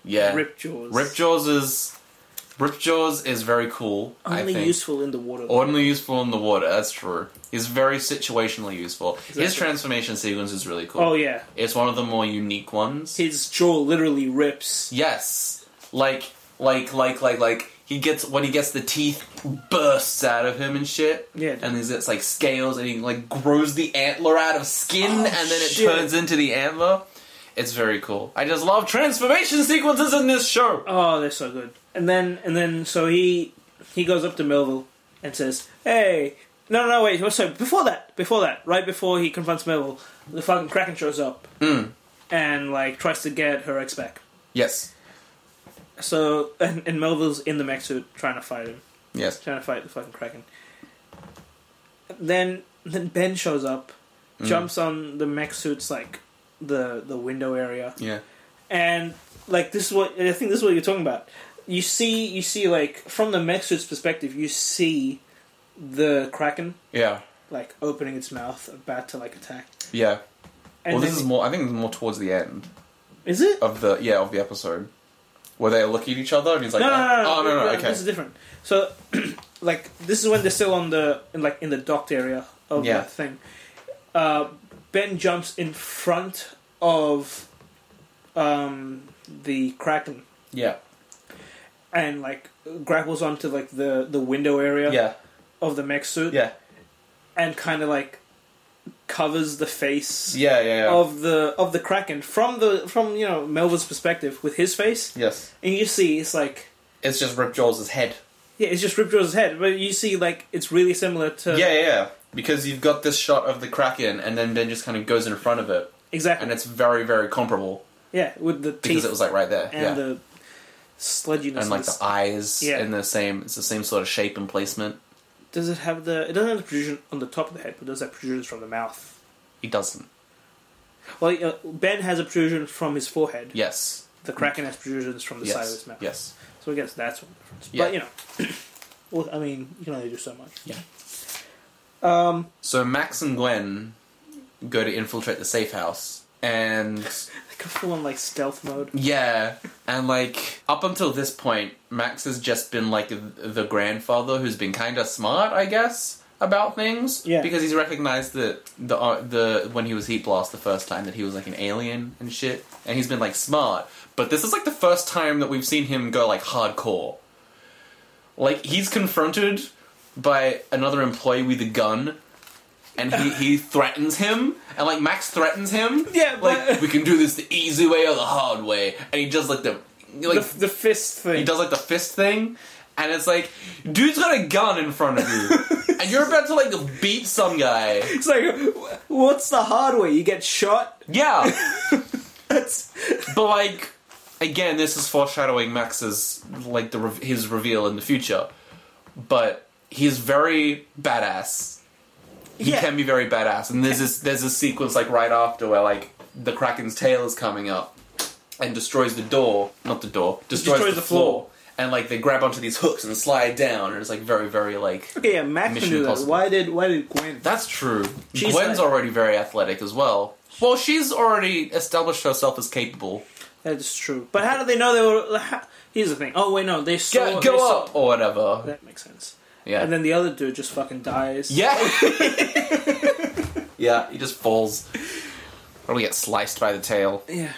Yeah. Rip, Ripjaws. Jaws is. Rip Jaws is very cool. I Only think. useful in the water. Ordinarily useful in the water, that's true. He's very situationally useful. His Exactly. transformation sequence is really cool. oh yeah, It's one of the more unique ones. his jaw literally rips. yes. Like like like like like he gets when he gets the teeth bursts out of him and shit. Yeah, dude. And there's it's like scales and he like grows the antler out of skin Oh, and then it shit. turns into the antler. It's very cool. I just love transformation sequences in this show. Oh, they're so good. And then and then so he he goes up to Melville and says, "Hey, no, no, wait. So before that, before that, right before he confronts Melville, the fucking Kraken shows up and like tries to get her ex back. Yes. So and, and Melville's in the mech suit trying to fight him, Yes. trying to fight the fucking Kraken. Then then Ben shows up, jumps on the mech suit's like the the window area, Yeah. and like this is what I think this is what you're talking about. You see, you see, like from the mech suit's perspective, you see the kraken Yeah. like opening its mouth, about to like attack, Yeah. And well, then, this is more. I think it's more towards the end is it? of the yeah of the episode where they look at each other and he's like, no, no, no, no, oh no, no, okay, This is different. So, like, this is when they're still on the in, like in the docked area of Yeah. that thing. Uh, ben jumps in front of um, the kraken yeah, and like grapples onto like the the window area yeah, of the mech suit yeah, and kind of like covers the face yeah, yeah, yeah. of the of the kraken from the from you know Melvin's perspective with his face, yes, and you see it's like. it's just Rip Jaws' head. Yeah, it's just Rip Jaws' head, but you see, like, it's really similar to. yeah, yeah, yeah. Because you've got this shot of the Kraken, and then Ben just kind of goes in front of it, Exactly. and it's very, very comparable yeah, with the because teeth it was like right there, and yeah, the sludginess. and like of this- the eyes, Yeah. and the same. It's the same sort of shape and placement. does it have the? It doesn't have the protrusion on the top of the head, but does have protrusions from the mouth? He doesn't. Well, uh, Ben has a protrusion from his forehead. Yes. The Kraken has protrusions from the yes. side of his mouth. Yes. So I guess that's one difference. Yeah. But you know, well, I mean, you can only do so much. Yeah. Um, So Max and Gwen go to infiltrate the safe house, and they go full on like stealth mode. yeah, and like up until this point, Max has just been like the grandfather who's been kind of smart, I guess, about things. Yeah. because he's recognized that the uh, the when he was Heat Blast the first time that he was like an alien and shit, and he's been like smart. But this is like the first time that we've seen him go like hardcore. Like he's confronted by another employee with a gun and he, he threatens him and like max threatens him Yeah, but- like we can do this the easy way or the hard way and he does like the like the, the fist thing. he does like the fist thing and it's like dude's got a gun in front of you and you're about to like beat some guy It's like, what's the hard way? You get shot. yeah That's but like again this is foreshadowing max's like the re- his reveal in the future but he's very badass he Yeah. can be very badass and there's this there's a sequence like right after where like the kraken's tail is coming up and destroys the door not the door destroys, Destroys the, the floor. floor. and like they grab onto these hooks and slide down and it's like very very like Okay, yeah, Max Mission can do that. Impossible. Why did why did Gwen? that's true She's gwen's like- already very athletic as well well she's already established herself as capable That is true. But how did they know they were? How, here's the thing. Oh wait, no, they saw. go, they go saw- up or whatever That makes sense. yeah And then the other dude just fucking dies. Yeah. yeah, he just falls. Probably gets sliced by the tail. yeah.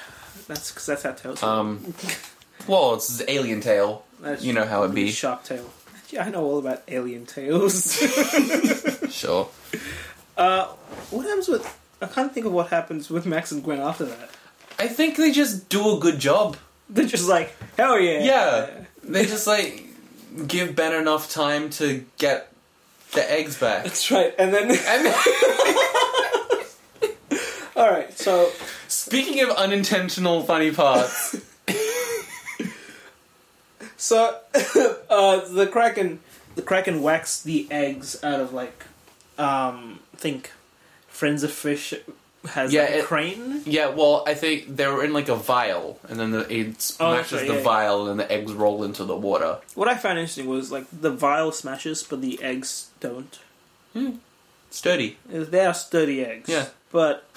That's because that's how tails. work. Um, well, it's his alien tail. That's You know how it be. shark tail. Yeah, I know all about alien tails. Sure. uh, what happens with? I can't think of what happens with Max and Gwen after that. I think they just do a good job. They're just like, hell yeah. Yeah. They just like give Ben enough time to get the eggs back. That's right. And then, And all right. So speaking of unintentional funny parts, So uh, the kraken, the kraken whacks the eggs out of like, um, I think, friends of fish has Yeah, like, a it- crane. yeah, well, I think they were in like a vial, and then the, it smashes Oh, right, the yeah, yeah. vial, and the eggs roll into the water. What I found interesting was like the vial smashes, but the eggs don't. Sturdy. They are sturdy eggs. Yeah. but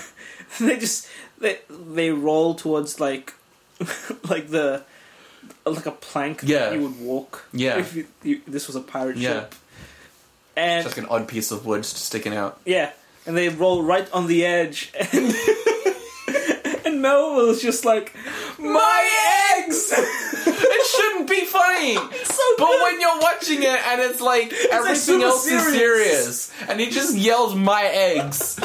they just they they roll towards like like the like a plank Yeah. that you would walk. Yeah. if you, you, this was a pirate Yeah. ship. And It's just like an odd piece of wood just sticking out. Yeah, and they roll right on the edge, and and Melville's just like, My eggs! it shouldn't be funny! so But good. when you're watching it and it's like everything super else is serious. serious, and he just yells, My eggs!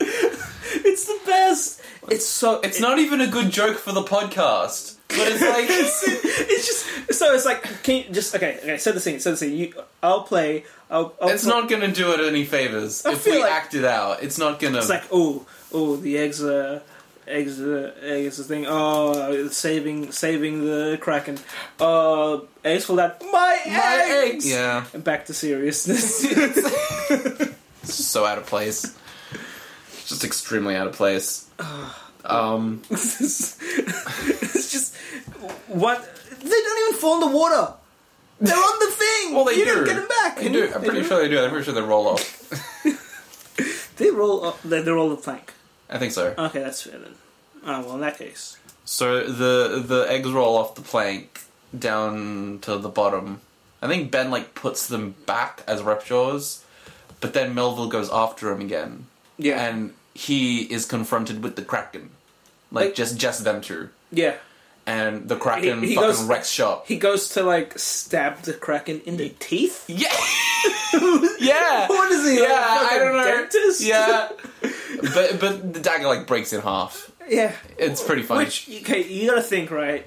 it's the best. It's so It's it- not even a good joke for the podcast, but it's like. It's just so it's like can you just okay okay set the scene set the scene. You, I'll play. I'll. I'll It's play. not gonna do it any favors if feel we like- act it out. It's not gonna. It's like oh oh the eggs are. Eggs, uh, eggs, the thing. Oh, saving, saving the kraken. Uh, eggs for that. My, my eggs. eggs! Yeah. And back to seriousness. It's just so out of place. It's just extremely out of place. Um. it's just what they don't even fall in the water. They're on the thing. Well, they you do. don't get them back. They do. I'm pretty sure they do. I'm pretty sure they roll off. They roll up. They, they roll the plank. I think so. Okay, that's fair then. Oh well, in that case, So the the eggs roll off the plank down to the bottom. I think Ben like puts them back as rep jaws, but then Melville goes after him again, yeah, and he is confronted with the Kraken, like, Like- just just them two, yeah. and the Kraken He- he fucking goes- wrecks shop. He goes to like stab the kraken in the teeth. yeah, yeah. What is he? like, Yeah, a I fucking don't know. Dentist? Yeah, but but the dagger like breaks in half. yeah. It's pretty funny. Which okay, you gotta think right.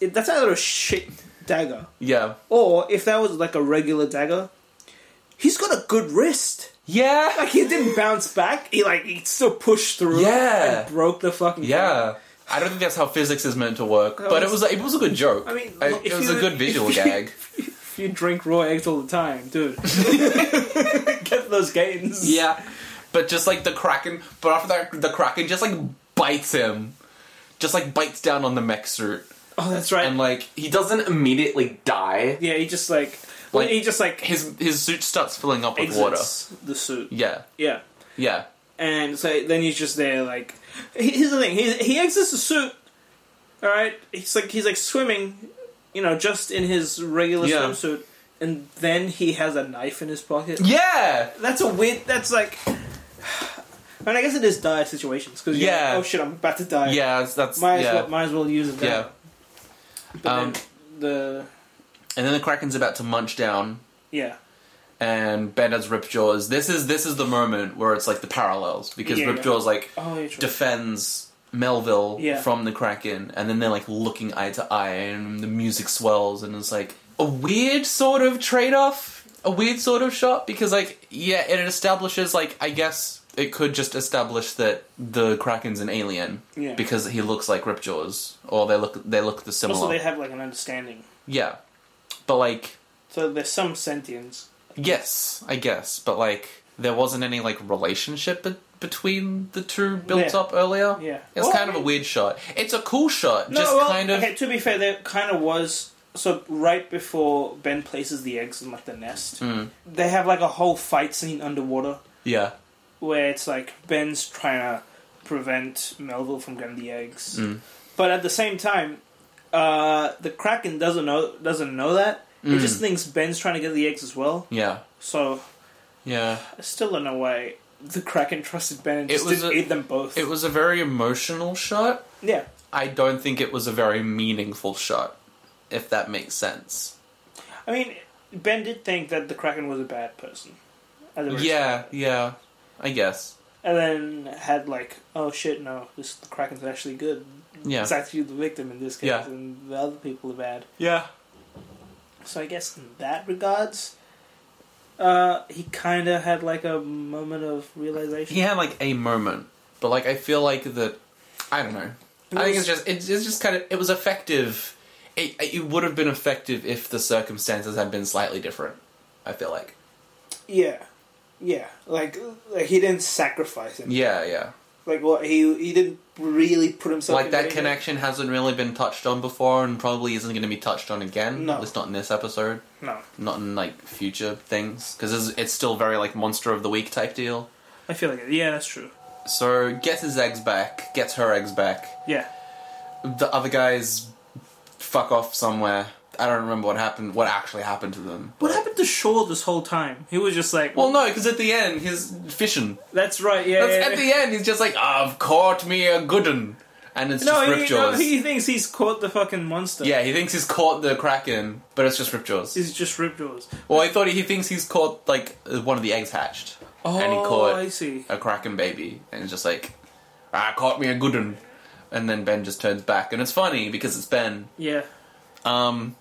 It, that's either a shit dagger, yeah, or if that was like a regular dagger, he's got a good wrist. yeah, Like he didn't bounce back. He like he still pushed through. Yeah. and broke the fucking. yeah. I don't think that's how physics is meant to work, but it was it was a good joke. I mean, I- look, it if was a you- good visual if you- gag. If you drink raw eggs all the time, dude, get those gains. Yeah, but just like the kraken, but after that, the kraken just like bites him, just like bites down on the mech suit, Oh, that's right. and like he He does doesn't immediately die. yeah, he just like, Like, he just like his his suit starts filling up with exits water. the suit. Yeah, Yeah, yeah, and so then he's just there. Like, he- here's the thing: he he exits the suit. All right, he's like he's like swimming, you know, just in his regular Yeah. swimsuit, and then he has a knife in his pocket. yeah. That's a weird. That's like. I mean, I guess it is dire situations because Yeah. yeah, oh shit, I'm about to die. Yeah, that's, that's might as yeah. well might as well use it. Yeah. Now. But Um, then the and then the kraken's about to munch down, yeah and Ben has Ripjaws. This is this is the moment where it's like the parallels because Yeah, yeah. Ripjaw's like oh you're true. defends Melville Yeah. from the Kraken, and then they're like looking eye to eye, and the music swells, and it's like a weird sort of trade off, a weird sort of shot because like yeah, it establishes like I guess it could just establish that the Kraken's an alien Yeah. because he looks like Ripjaws, or they look they look the similar, also they have like an understanding, yeah, but like so there's some sentience. Yes, I guess, but like there wasn't any like relationship be- between the two built Yeah. up earlier. Yeah. it's Well, kind I of a mean- weird shot. It's a cool shot, No, just well, kind of okay. To be fair, there kind of was. So right before Ben places the eggs in like the nest, Hmm. they have like a whole fight scene underwater yeah, where it's like Ben's trying to prevent Melville from getting the eggs, Mm. but at the same time, uh, the Kraken doesn't know doesn't know that. Mm. It just thinks Ben's trying to get the eggs as well. yeah, So yeah. I still don't know why the Kraken trusted Ben and It just was didn't a- eat them both. It was a very emotional shot. yeah, I don't think it was a very meaningful shot, if that makes sense. I mean, Ben did think that the Kraken was a bad person. As a Yeah, yeah, I guess. and then had like, oh shit, no, this the Kraken's actually good. Yeah, It's actually the victim in this case, Yeah. and the other people are bad. yeah, So I guess in that regards, uh, he kind of had like a moment of realization. he had like a moment, but like I feel like that I don't know. I think it's just it's, it's just kind of it was effective. It it would have been effective if the circumstances had been slightly different. I feel like Yeah, yeah. Like, like he didn't sacrifice him. yeah yeah Like what he he didn't really put himself like in that danger. connection hasn't really been touched on before and probably isn't going to be touched on again. No. at least not in this episode. No, Not in like future things because it's, it's still very like monster of the week type deal. I feel like it. yeah, that's true. So gets his eggs back, gets her eggs back. Yeah, the other guys fuck off somewhere. I don't remember what happened. What actually happened to them? what happened to Shaw this whole time? He was just like, Well, no, because at the end he's fishing. that's right. Yeah, That's, yeah, at yeah. the end he's just like, "I've caught me a gooden," and it's No, just he, no, ripjaws. he thinks he's caught the fucking monster. Yeah, he thinks he's caught the kraken, but it's just ripjaws. he's just ripjaws. Well, I thought he thinks he's caught like one of the eggs hatched, Oh, and he caught I see. a kraken baby, and it's just like, "I caught me a gooden," and then Ben just turns back, and it's funny because it's Ben. Yeah, Um,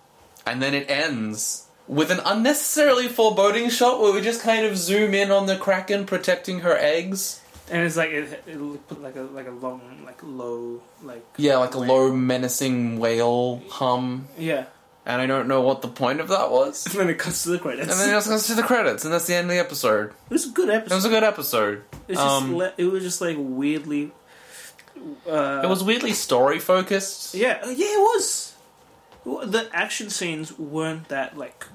and then it ends with an unnecessarily foreboding shot where we just kind of zoom in on the kraken protecting her eggs. and it's like it, it looked like a like a long like low like Yeah, like a low menacing whale hum. yeah. And I don't know what the point of that was. And then it cuts to the credits. And then it just goes to the credits, and that's the end of the episode. it was a good It episode. was a good episode. It's just Um, le- it was just like weirdly. Uh, it was weirdly story focused. yeah uh, yeah it was. Well, The action scenes weren't that like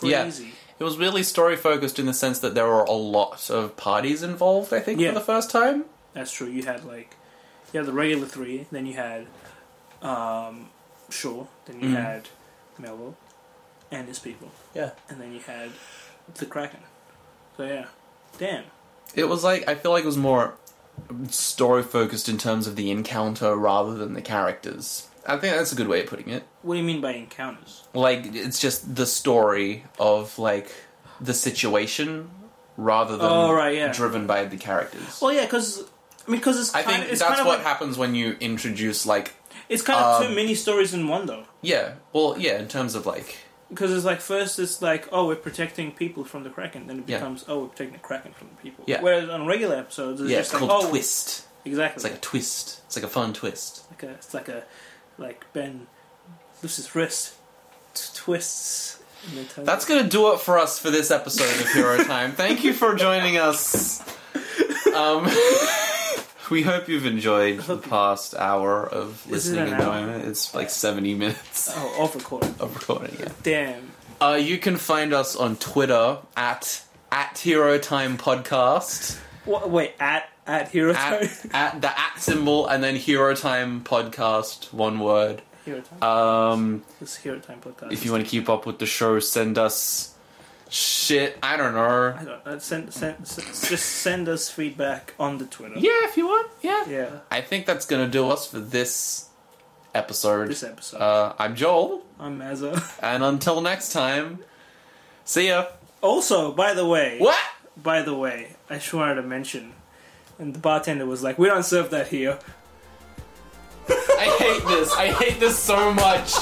Yeah. crazy. It was really story focused in the sense that there were a lot of parties involved. I think Yeah. for the first time. That's true. You had like you had the regular three, then you had um, Shaw, then you Mhm. had Melville and his people, Yeah. and then you had the Kraken. So yeah, damn. It was like I feel like it was more story focused in terms of the encounter rather than the characters. I think that's a good way of putting it. What do you mean by encounters? Like it's just the story of like the situation rather than Oh, right, yeah. driven by the characters. Well, yeah, because I mean, because it's I kind think of it's that's kind of what like, happens when you introduce like it's kind of um, two mini stories in one though. yeah, well yeah, in terms of like Because it's like first it's like oh we're protecting people from the Kraken, then it Yeah. becomes oh we're protecting the Kraken from the people. Yeah. Whereas on regular episodes it's yeah, it's just called like oh twist. exactly It's like a twist. It's like a fun twist. like a, it's like a, like Ben lifts his wrist, t- twists. And then turns- That's gonna do it for us for this episode of Hero Time. Thank you for joining us. Um, we hope you've enjoyed the past hour of Is it listening an and hour? enjoyment. It's like seventy minutes oh off recording. of recording. Yeah. Damn. Uh, you can find us on Twitter at at Hero Time Podcast What, wait at at hero at time. at the at symbol and then Hero Time Podcast one word. hero time. Um, this is hero time podcast. if you want to keep up with the show, send us shit. I don't know. I don't know, send, send, s just send us feedback on the Twitter. Yeah, if you want. Yeah. Yeah, I think that's gonna do us for this episode. This episode. Uh, I'm Joel, I'm Mazza. and until next time, see ya. Also, by the way, What? by the way, I just wanted to mention, and the bartender was like, "We don't serve that here." I hate this. I hate this so much.